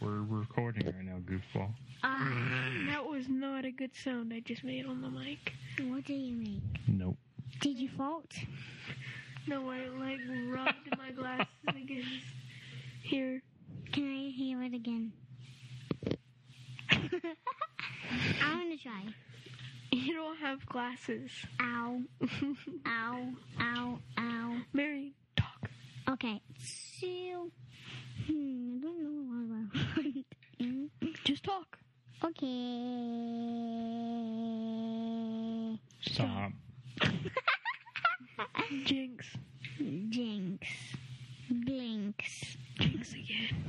[SPEAKER 1] We're recording right now, goofball.
[SPEAKER 2] Ah,
[SPEAKER 3] That was not a good sound I just made on the mic.
[SPEAKER 2] what do you make?
[SPEAKER 1] Nope.
[SPEAKER 2] Did you fault?
[SPEAKER 3] No, I like rubbed my glasses against here.
[SPEAKER 2] Can I hear it again? I want to try.
[SPEAKER 3] You don't have glasses.
[SPEAKER 2] Ow, ow, ow, ow.
[SPEAKER 3] Mary, talk.
[SPEAKER 2] Okay. So, hmm, I don't know what I want.
[SPEAKER 3] Just talk.
[SPEAKER 2] Okay.
[SPEAKER 1] Stop.
[SPEAKER 3] Jinx.
[SPEAKER 2] Jinx. Blinks.
[SPEAKER 3] Jinx again.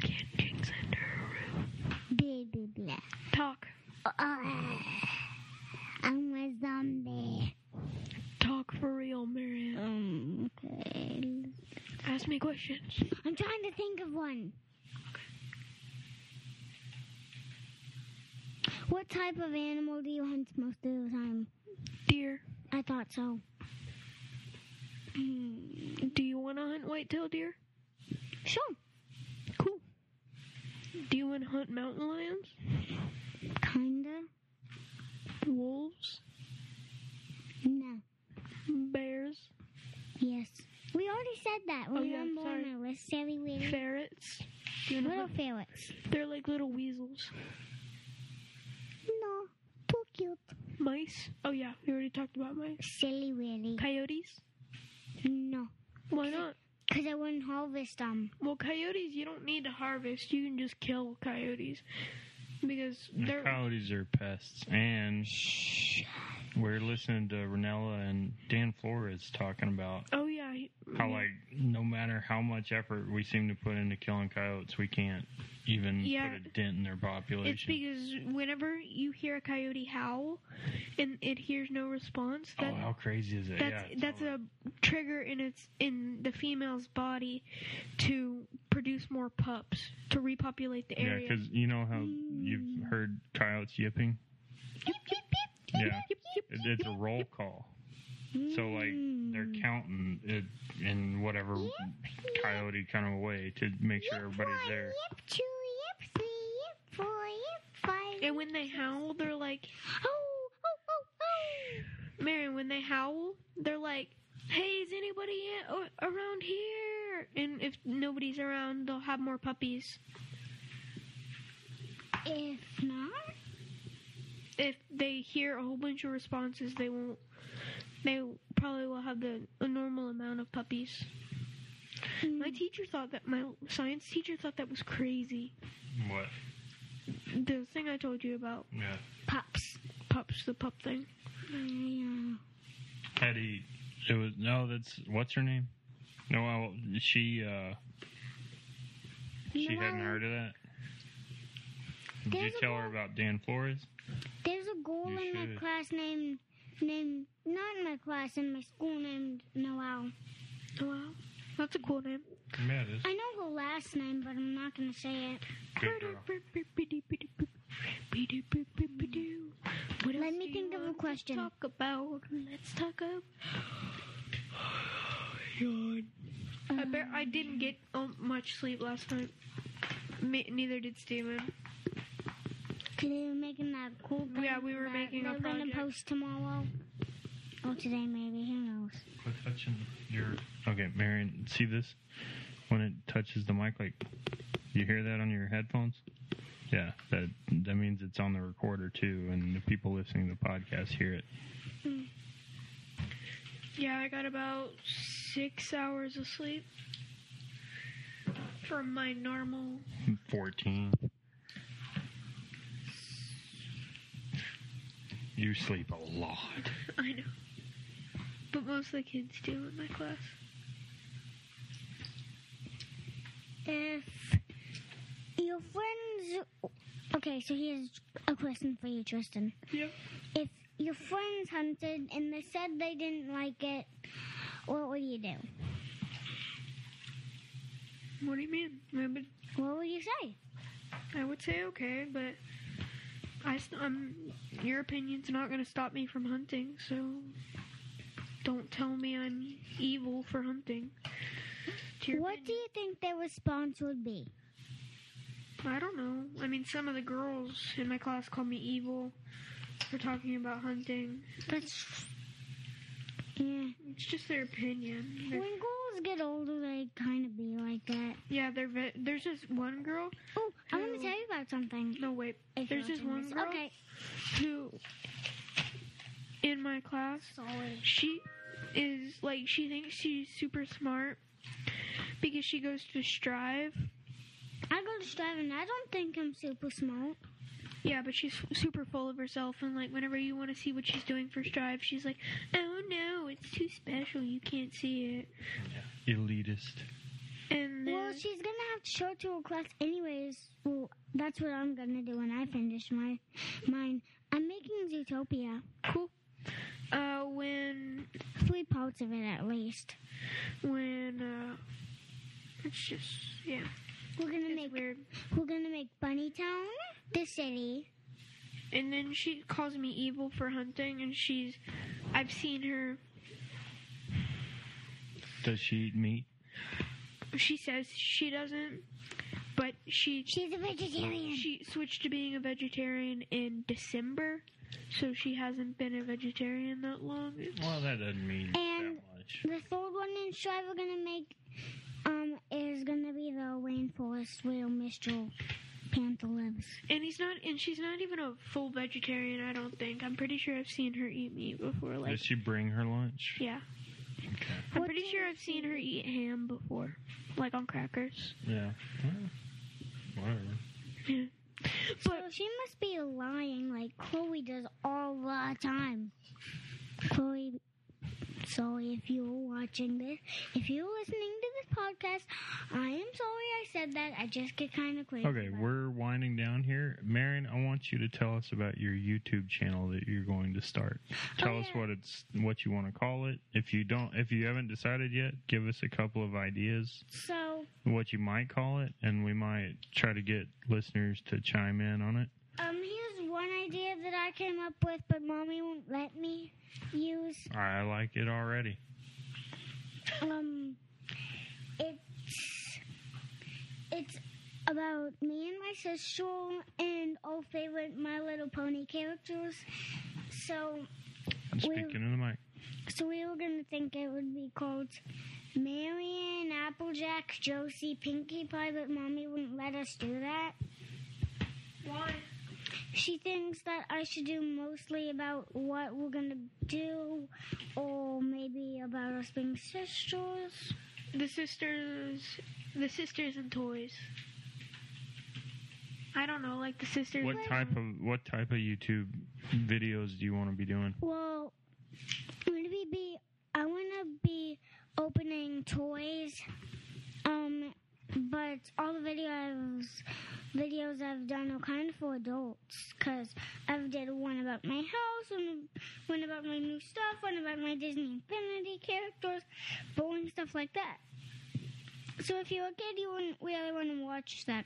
[SPEAKER 3] Can't jinx under a roof.
[SPEAKER 2] Baby black.
[SPEAKER 3] Talk.
[SPEAKER 2] Oh, I'm a zombie.
[SPEAKER 3] Talk for real, Mary.
[SPEAKER 2] Um, okay.
[SPEAKER 3] Ask me questions.
[SPEAKER 2] I'm trying to think of one. What type of animal do you hunt most of the time?
[SPEAKER 3] Deer,
[SPEAKER 2] I thought so.
[SPEAKER 3] Hmm, do you want to hunt white-tailed deer?
[SPEAKER 2] Sure.
[SPEAKER 3] Cool. Do you want to hunt mountain lions?
[SPEAKER 2] Kinda.
[SPEAKER 3] Wolves?
[SPEAKER 2] No.
[SPEAKER 3] Bears,
[SPEAKER 2] Yes. We already said that.
[SPEAKER 3] Oh, yeah,
[SPEAKER 2] Remember
[SPEAKER 3] sorry.
[SPEAKER 2] on our list, Sally Weedy?
[SPEAKER 3] ferrets. You know,
[SPEAKER 2] Little ferrets.
[SPEAKER 3] they're like little weasels.
[SPEAKER 2] No. Too cute.
[SPEAKER 3] Mice. Oh yeah, we already talked about mice.
[SPEAKER 2] Silly Willy.
[SPEAKER 3] Coyotes.
[SPEAKER 2] No.
[SPEAKER 3] Why not?
[SPEAKER 2] Because I wouldn't harvest them.
[SPEAKER 3] Well, coyotes you don't need to harvest. You can just kill coyotes because
[SPEAKER 1] The
[SPEAKER 3] they're
[SPEAKER 1] coyotes are pests. And we're listening to Ranella and Dan Flores talking about
[SPEAKER 3] Oh yeah. he-
[SPEAKER 1] how,
[SPEAKER 3] yeah.
[SPEAKER 1] like, no matter how much effort we seem to put into killing coyotes, we can't even
[SPEAKER 3] Yeah.
[SPEAKER 1] put a dent in their population.
[SPEAKER 3] It's because whenever you hear a coyote howl and it hears no response, that
[SPEAKER 1] oh, how crazy is it?
[SPEAKER 3] that's
[SPEAKER 1] yeah, it's
[SPEAKER 3] that's
[SPEAKER 1] all-
[SPEAKER 3] a trigger in its in the female's body to produce more pups to repopulate the
[SPEAKER 1] Yeah,
[SPEAKER 3] area. Mm.
[SPEAKER 1] because you know how you've heard coyotes yipping? Yeah. It, it's a roll call. So, like, they're
[SPEAKER 3] Mm.
[SPEAKER 2] Mm.
[SPEAKER 1] counting it in whatever coyote kind of way to make sure everybody's there.
[SPEAKER 2] Yip two, yip three, yip four, yip five.
[SPEAKER 3] and when they howl, they're like,
[SPEAKER 2] Oh, oh, oh, oh.
[SPEAKER 3] Marion. When they howl, they're like, "Hey, is anybody a- o- around here?" And if nobody's around, they'll have more puppies.
[SPEAKER 2] If not,
[SPEAKER 3] If they hear a whole bunch of responses, they won't. They probably will have the a normal amount of puppies.
[SPEAKER 2] hmm,
[SPEAKER 3] My teacher thought that my science teacher thought that was crazy.
[SPEAKER 1] What?
[SPEAKER 3] The thing I told you about
[SPEAKER 1] Yeah.
[SPEAKER 2] pups.
[SPEAKER 3] pups, the pup thing.
[SPEAKER 2] Yeah.
[SPEAKER 1] Hetty. It was no. That's what's her name? No, I, she uh, she
[SPEAKER 2] No,
[SPEAKER 1] hadn't
[SPEAKER 2] I-
[SPEAKER 1] heard of that. Did
[SPEAKER 2] There's
[SPEAKER 1] you
[SPEAKER 2] a
[SPEAKER 1] tell
[SPEAKER 2] girl-
[SPEAKER 1] her about Dan Flores?
[SPEAKER 2] There's a girl
[SPEAKER 1] You
[SPEAKER 2] in my
[SPEAKER 1] should.
[SPEAKER 2] class named named not in my class in my school named Noel.
[SPEAKER 3] Oh, Wow, that's a cool name.
[SPEAKER 1] Yeah, it is.
[SPEAKER 2] I know her last name, but I'm not gonna say it.
[SPEAKER 1] Good girl.
[SPEAKER 3] What
[SPEAKER 2] Let
[SPEAKER 3] else
[SPEAKER 2] me
[SPEAKER 3] do
[SPEAKER 2] think
[SPEAKER 3] you
[SPEAKER 2] of a
[SPEAKER 3] want to
[SPEAKER 2] question.
[SPEAKER 3] Talk about. Let's talk about. I bet I didn't get um, much sleep last night. Me, neither did Steven.
[SPEAKER 2] Cause they were making that cool.
[SPEAKER 3] Yeah,
[SPEAKER 2] thing
[SPEAKER 3] we were
[SPEAKER 2] that
[SPEAKER 3] making a
[SPEAKER 2] We're gonna
[SPEAKER 3] project.
[SPEAKER 2] post tomorrow. Or today, maybe. Who knows?
[SPEAKER 1] Quit touching your. Okay, Marion. See this? When it touches the mic, like you hear that on your headphones. Yeah, that that means it's on the recorder too, and the people listening to the podcast hear it.
[SPEAKER 3] Yeah, I got about six hours of sleep from my normal.
[SPEAKER 1] Fourteen. You sleep a lot.
[SPEAKER 3] I know. But most of the kids do in my class.
[SPEAKER 2] If your friends. Okay, so here's a question for you, Tristan.
[SPEAKER 3] Yeah.
[SPEAKER 2] If your friends hunted and they said they didn't like it, what would you do?
[SPEAKER 3] What do you mean? I would,
[SPEAKER 2] What would you say?
[SPEAKER 3] I would say okay, but I st- um, your opinion's not going to stop me from hunting, so don't tell me I'm evil for hunting. To your
[SPEAKER 2] What do
[SPEAKER 3] opinion.
[SPEAKER 2] you think their response would be?
[SPEAKER 3] I don't know. I mean, some of the girls in my class called me evil for talking about hunting.
[SPEAKER 2] That's. Yeah.
[SPEAKER 3] It's just their opinion.
[SPEAKER 2] When
[SPEAKER 3] They're-
[SPEAKER 2] girls get older, they kind of be like that.
[SPEAKER 3] yeah, they're ve- there's this one girl.
[SPEAKER 2] Oh, I want
[SPEAKER 3] Oh.
[SPEAKER 2] to tell you about something.
[SPEAKER 3] No, wait.
[SPEAKER 2] If
[SPEAKER 3] There's
[SPEAKER 2] you're
[SPEAKER 3] this
[SPEAKER 2] watching
[SPEAKER 3] one
[SPEAKER 2] this.
[SPEAKER 3] girl
[SPEAKER 2] Okay.
[SPEAKER 3] who in my class
[SPEAKER 2] Sorry.
[SPEAKER 3] she is like she thinks she's super smart because she goes to strive
[SPEAKER 2] I go to Strive and I don't think I'm super smart.
[SPEAKER 3] yeah but she's super full of herself and like whenever you want to see what she's doing for strive she's like oh no it's too special you can't see it
[SPEAKER 1] Elitist.
[SPEAKER 3] and then
[SPEAKER 2] Well, she's gonna have to show it to her class anyways. Well, that's what I'm gonna do when I finish my mine. I'm making Zootopia.
[SPEAKER 3] cool uh when
[SPEAKER 2] Three parts of it at least.
[SPEAKER 3] when uh it's just yeah
[SPEAKER 2] We're gonna
[SPEAKER 3] it's
[SPEAKER 2] make
[SPEAKER 3] weird
[SPEAKER 2] we're gonna make Bunny Town the city.
[SPEAKER 3] and then she calls me evil for hunting and she's i've seen her
[SPEAKER 1] Does she eat meat?
[SPEAKER 3] she says she doesn't but she
[SPEAKER 2] She's a vegetarian.
[SPEAKER 3] she switched to being a vegetarian in december so she hasn't been a vegetarian that long.
[SPEAKER 1] Well, that doesn't mean
[SPEAKER 2] And-
[SPEAKER 1] that much.
[SPEAKER 2] The third one in strive we're gonna make um is gonna be the rainforest where Mr. Panther lives.
[SPEAKER 3] And he's not, and she's not even a full vegetarian. I don't think. I'm pretty sure I've seen her eat meat before. Like,
[SPEAKER 1] Does she bring her lunch?
[SPEAKER 3] yeah,
[SPEAKER 1] Okay.
[SPEAKER 3] I'm
[SPEAKER 2] What
[SPEAKER 3] pretty
[SPEAKER 2] did
[SPEAKER 3] sure
[SPEAKER 2] you
[SPEAKER 3] I've seen her eat ham before, like on crackers.
[SPEAKER 1] Yeah. Well, whatever.
[SPEAKER 2] So she must be lying like Chloe does all the time. Chloe, sorry if you're watching this. If you're listening to this podcast, I am sorry I said that. I just get kind of crazy.
[SPEAKER 1] Okay,
[SPEAKER 2] about
[SPEAKER 1] we're winding down here. Marion, I want you to tell us about your YouTube channel that you're going to start. Tell us
[SPEAKER 2] yeah.
[SPEAKER 1] what it's what you want to call it. If you don't if you haven't decided yet, give us a couple of ideas
[SPEAKER 2] it. So,
[SPEAKER 1] what you might call it and we might try to get listeners to chime in on it.
[SPEAKER 2] um, here's one idea that I came up with, but mommy won't let me use.
[SPEAKER 1] I like it already.
[SPEAKER 2] Um, it's it's about me and my sister and our favorite My Little Pony characters. So,
[SPEAKER 1] Speaking in the mic.
[SPEAKER 2] so we were gonna think it would be called Marion, Applejack, Josie, Pinkie Pie, but mommy wouldn't let us do that.
[SPEAKER 3] Why?
[SPEAKER 2] She thinks that I should do mostly about what we're gonna do, or maybe about us being sisters.
[SPEAKER 3] The sisters, the sisters and toys. I don't know, like the sisters.
[SPEAKER 1] What type of what type of YouTube videos do you want to be doing?
[SPEAKER 2] Well, I'm gonna be, be I wanna be opening toys. Um, but all the videos videos I've done are kind of for adults, cause I've did one about my house, one one about my new stuff, one about my Disney Infinity characters, boring stuff like that. So if you're a kid, you wouldn't really want to watch that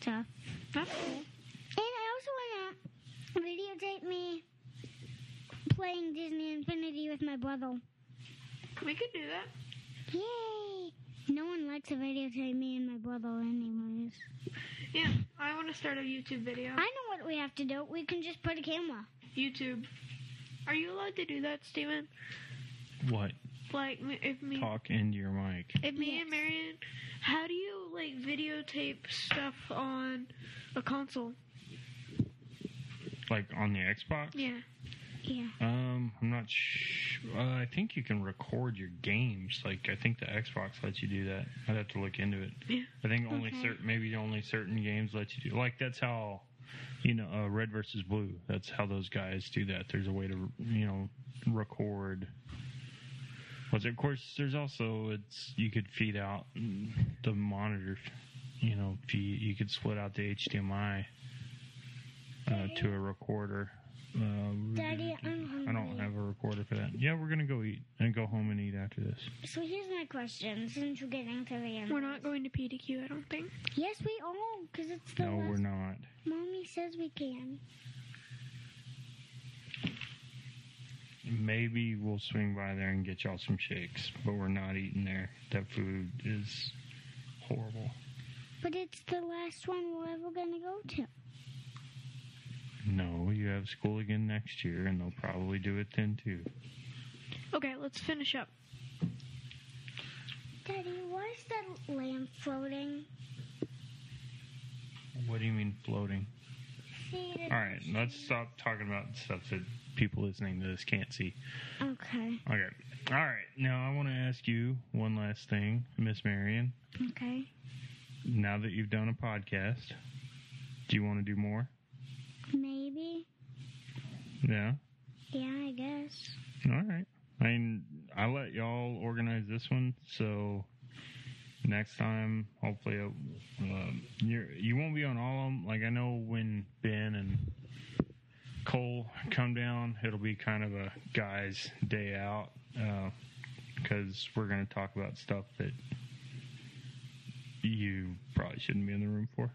[SPEAKER 2] stuff.
[SPEAKER 3] That's cool.
[SPEAKER 2] And I also want to videotape me playing Disney Infinity with my brother.
[SPEAKER 3] We could do that.
[SPEAKER 2] Yay! No one likes to videotape me and my brother, anyways.
[SPEAKER 3] Yeah, I want to start a YouTube video.
[SPEAKER 2] I know what we have to do. We can just put a camera.
[SPEAKER 3] YouTube. Are you allowed to do that, Steven?
[SPEAKER 1] What?
[SPEAKER 3] Like, m- if me,
[SPEAKER 1] Talk into your mic.
[SPEAKER 3] if me
[SPEAKER 2] Yes.
[SPEAKER 3] and Marion, how do you like videotape stuff on a console?
[SPEAKER 1] Like on the Xbox?
[SPEAKER 3] Yeah.
[SPEAKER 2] Yeah.
[SPEAKER 1] Um, I'm not sh Uh, I think you can record your games. Like, I think the Xbox lets you do that. I'd have to look into it.
[SPEAKER 3] Yeah.
[SPEAKER 1] I think only
[SPEAKER 2] Okay.
[SPEAKER 1] certain, maybe only certain games let you do. Like, that's how, you know, uh, Red versus Blue. That's how those guys do that. There's a way to, you know, record. Was it? Of course, there's also it's you could feed out the monitor. You know, feed, you could split out the HDMI uh, to a recorder. Uh,
[SPEAKER 2] Daddy, I'm hungry.
[SPEAKER 1] I don't have a recorder for that. Yeah, we're gonna go eat and go home and eat after this.
[SPEAKER 2] So here's my question. Since we're getting to the end,
[SPEAKER 3] We're not going to PDQ, I don't think.
[SPEAKER 2] Yes, we are, cause it's the
[SPEAKER 1] no,
[SPEAKER 2] last.
[SPEAKER 1] we're not.
[SPEAKER 2] Mommy says we can.
[SPEAKER 1] Maybe we'll swing by there and get y'all some shakes, but we're not eating there. That food is horrible.
[SPEAKER 2] But it's the last one we're ever gonna go to.
[SPEAKER 1] No, you have school again next year, and they'll probably do it then too.
[SPEAKER 3] Okay, let's finish up.
[SPEAKER 2] Daddy, why is that lamp floating?
[SPEAKER 1] What do you mean floating?
[SPEAKER 2] See, the-
[SPEAKER 1] All right, let's stop talking about stuff that people listening to this can't see.
[SPEAKER 2] Okay.
[SPEAKER 1] Okay. All right. Now I want to ask you one last thing, Miss Marion.
[SPEAKER 2] Okay.
[SPEAKER 1] Now that you've done a podcast, do you want to do more?
[SPEAKER 2] Maybe.
[SPEAKER 1] Yeah.
[SPEAKER 2] Yeah, I guess.
[SPEAKER 1] All right. I mean, I let y'all organize this one, so next time, hopefully, uh, you're, you won't be on all of them. Like I know when Ben and Cole come down, it'll be kind of a guys' day out because we're going to talk about stuff that you probably shouldn't be in the room for.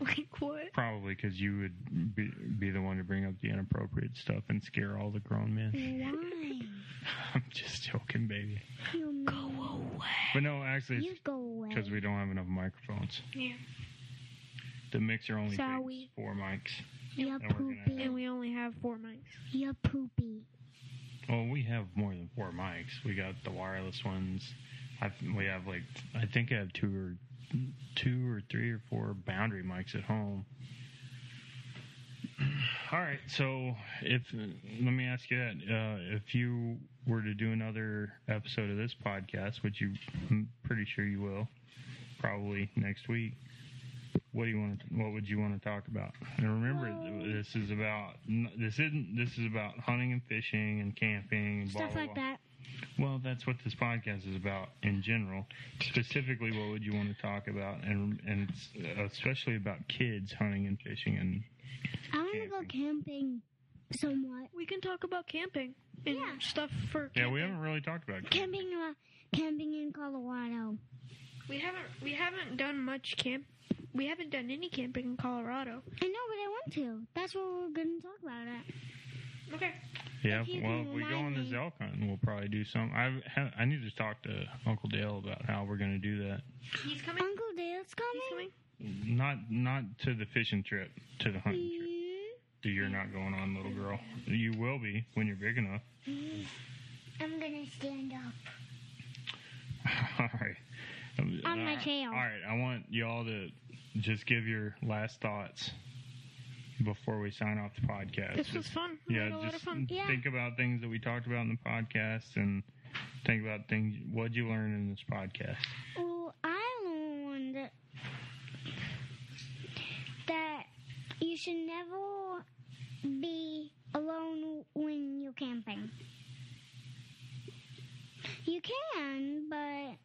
[SPEAKER 3] Like, what?
[SPEAKER 1] Probably because you would be, be the one to bring up the inappropriate stuff and scare all the grown men.
[SPEAKER 2] Mm. Why?
[SPEAKER 1] I'm just joking, baby.
[SPEAKER 2] You
[SPEAKER 3] Go
[SPEAKER 2] mean-
[SPEAKER 3] away.
[SPEAKER 1] But no, actually,
[SPEAKER 2] you
[SPEAKER 1] it's
[SPEAKER 2] go away.
[SPEAKER 1] because we don't have enough microphones.
[SPEAKER 3] Yeah.
[SPEAKER 1] The mixer only
[SPEAKER 3] Sorry.
[SPEAKER 1] takes four mics.
[SPEAKER 2] You're
[SPEAKER 1] And we're gonna
[SPEAKER 2] poopy.
[SPEAKER 3] and we only have four mics.
[SPEAKER 2] You're poopy.
[SPEAKER 1] Well, we have more than four mics. We got the wireless ones. I we have like I think I have two or two or three or four boundary mics at home. All right, so if let me ask you that, uh, if you were to do another episode of this podcast, which you, I'm pretty sure you will, probably next week. What do you want? To, what would you want to talk about? And remember,
[SPEAKER 2] Well-
[SPEAKER 1] this is about this isn't this is about hunting and fishing and camping and
[SPEAKER 2] Stuff
[SPEAKER 1] blah,
[SPEAKER 2] like
[SPEAKER 1] blah,
[SPEAKER 2] that.
[SPEAKER 1] blah. Well, that's what this podcast is about in general. Specifically, what would you want to talk about? And and it's especially about kids hunting and fishing and
[SPEAKER 2] I want to go camping somewhat.
[SPEAKER 3] We can talk about camping and
[SPEAKER 2] Yeah.
[SPEAKER 3] stuff for
[SPEAKER 1] yeah, we
[SPEAKER 3] camping.
[SPEAKER 1] haven't really talked about camping.
[SPEAKER 2] Camping, uh, camping in Colorado.
[SPEAKER 3] We haven't we haven't done much camp. We haven't done any camping in Colorado.
[SPEAKER 2] I know, but I want to. That's what we're going to talk about. Uh, At.
[SPEAKER 3] Okay.
[SPEAKER 1] Yeah,
[SPEAKER 2] If you
[SPEAKER 1] well,
[SPEAKER 2] can
[SPEAKER 1] if we go
[SPEAKER 2] remind
[SPEAKER 1] on this
[SPEAKER 2] me.
[SPEAKER 1] elk hunt, we'll probably do some. I ha I need to talk to Uncle Dale about how we're going to do that.
[SPEAKER 3] He's coming.
[SPEAKER 2] Uncle Dale's
[SPEAKER 3] He's
[SPEAKER 2] coming.
[SPEAKER 3] coming.
[SPEAKER 1] Not not to the fishing trip, to the hunting trip. that You're not going on, little girl. You will be when you're big enough.
[SPEAKER 2] Mm. I'm going to stand up.
[SPEAKER 1] all right. Um,
[SPEAKER 2] On my
[SPEAKER 1] all right,
[SPEAKER 2] tail.
[SPEAKER 1] All right, I want y'all to just give your last thoughts before we sign off the podcast.
[SPEAKER 3] This was
[SPEAKER 1] Just-
[SPEAKER 3] fun. We
[SPEAKER 1] yeah,
[SPEAKER 3] had a lot of
[SPEAKER 1] just
[SPEAKER 3] fun.
[SPEAKER 2] Yeah.
[SPEAKER 1] think about things that we talked about in the podcast and think about things what'd you learn in this podcast.
[SPEAKER 2] Well, I learned that you should never be alone when you're camping. You can, but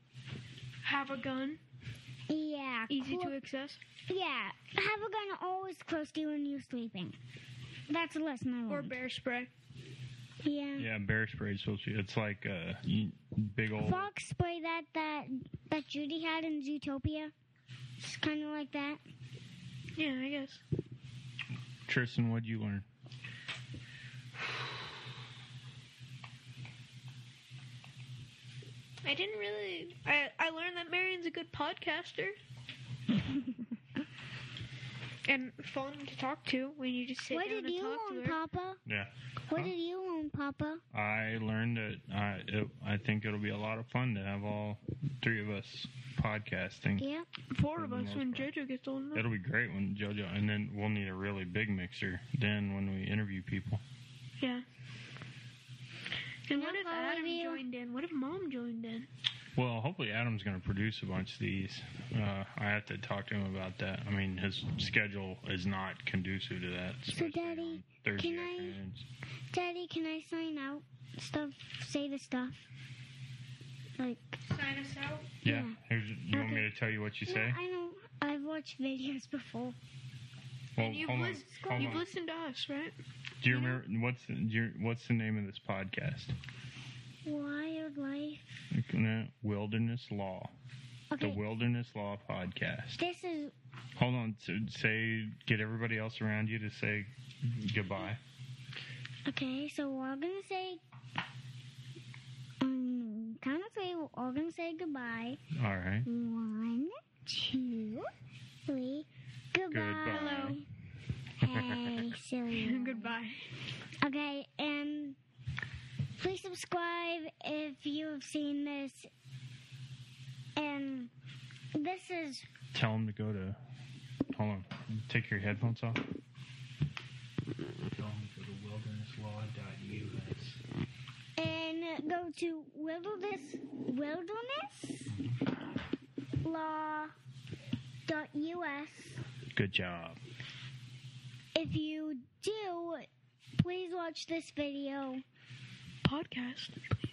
[SPEAKER 3] Have a gun.
[SPEAKER 2] yeah,
[SPEAKER 3] Easy
[SPEAKER 2] clo-
[SPEAKER 3] to access.
[SPEAKER 2] yeah, have a gun always close to you when you're sleeping. That's a lesson I
[SPEAKER 3] Or
[SPEAKER 2] learned.
[SPEAKER 3] bear spray.
[SPEAKER 2] yeah.
[SPEAKER 3] Mm.
[SPEAKER 1] Yeah, bear spray is supposed to be. It's like a big old.
[SPEAKER 2] Fox spray that that that Judy had in Zootopia. It's kind of like that.
[SPEAKER 3] Yeah, I guess.
[SPEAKER 1] Tristan, what'd you learn?
[SPEAKER 3] I didn't really. I I learned that Marion's a good podcaster. and fun to talk to when you just sit
[SPEAKER 2] what
[SPEAKER 3] down
[SPEAKER 2] did
[SPEAKER 3] and
[SPEAKER 2] you
[SPEAKER 3] talk
[SPEAKER 2] learn,
[SPEAKER 3] to her.
[SPEAKER 2] Papa?
[SPEAKER 1] Yeah,
[SPEAKER 2] What
[SPEAKER 1] Huh?
[SPEAKER 2] did you learn, Papa?
[SPEAKER 1] I learned that I it, I think it'll be a lot of fun to have all three of us podcasting.
[SPEAKER 2] Yeah.
[SPEAKER 3] Four
[SPEAKER 1] for
[SPEAKER 3] of
[SPEAKER 1] the
[SPEAKER 3] us
[SPEAKER 1] most
[SPEAKER 3] when
[SPEAKER 1] part.
[SPEAKER 3] JoJo gets old enough.
[SPEAKER 1] It'll be great when JoJo, and then we'll need a really big mixer then when we interview people.
[SPEAKER 3] Yeah. And what
[SPEAKER 2] Now
[SPEAKER 3] if
[SPEAKER 2] how are
[SPEAKER 3] Adam
[SPEAKER 2] you?
[SPEAKER 3] joined in? What if Mom joined in?
[SPEAKER 1] Well, hopefully Adam's going to produce a bunch of these. Uh, I have to talk to him about that. I mean, his schedule is not conducive to that. especially
[SPEAKER 2] Daddy,
[SPEAKER 1] on Thursday
[SPEAKER 2] can I-
[SPEAKER 1] afternoons.
[SPEAKER 2] Daddy, can I sign out? Stuff. Say the stuff. Like.
[SPEAKER 3] Sign us out.
[SPEAKER 1] Yeah,
[SPEAKER 2] yeah.
[SPEAKER 1] Here's, you want me
[SPEAKER 2] Okay.
[SPEAKER 1] to tell you what you say?
[SPEAKER 2] No, I know. I've watched videos before.
[SPEAKER 1] Well,
[SPEAKER 3] and you've,
[SPEAKER 1] hold on,
[SPEAKER 3] lis-
[SPEAKER 1] hold
[SPEAKER 3] you've
[SPEAKER 1] on.
[SPEAKER 3] listened to us, right?
[SPEAKER 1] Do you
[SPEAKER 3] you know-
[SPEAKER 1] remember what's the, do you, what's the name of this podcast?
[SPEAKER 2] Wildlife.
[SPEAKER 1] No, Wilderness Law.
[SPEAKER 2] Okay.
[SPEAKER 1] The Wilderness Law Podcast.
[SPEAKER 2] This is.
[SPEAKER 1] Hold on. So say, get everybody else around you to say goodbye.
[SPEAKER 2] Okay, so we're all gonna say. Um, count of three, we're all gonna say goodbye.
[SPEAKER 1] All right.
[SPEAKER 2] One, two, three. Goodbye.
[SPEAKER 1] Goodbye.
[SPEAKER 2] Hey, silly. one.
[SPEAKER 3] Goodbye.
[SPEAKER 2] Okay, and please subscribe if you have seen this. And this is
[SPEAKER 1] Tell them to go to. Hold on. Take your headphones off.
[SPEAKER 4] Tell them to go to wildernesslaw.us.
[SPEAKER 2] and go to wilderness wilderness law dot us.
[SPEAKER 1] Good job.
[SPEAKER 2] If you do, please watch this video,
[SPEAKER 3] Podcast.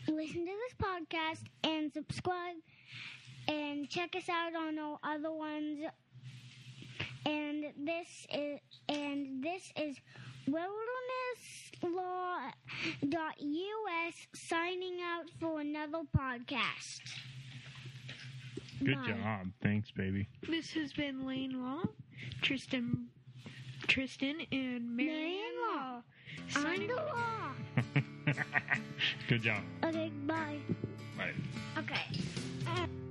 [SPEAKER 2] listen to this podcast, and subscribe. And check us out on our other ones. And this is and this is wilderness.us signing out for another podcast.
[SPEAKER 1] Good
[SPEAKER 2] Bye.
[SPEAKER 1] job. Thanks, baby.
[SPEAKER 3] This has been Lane Law, Tristan, Tristan, and Marion
[SPEAKER 2] Marion
[SPEAKER 3] Law.
[SPEAKER 2] Law. On
[SPEAKER 3] Signing
[SPEAKER 2] the law.
[SPEAKER 1] Good job.
[SPEAKER 2] Okay, bye.
[SPEAKER 1] Bye.
[SPEAKER 2] Okay.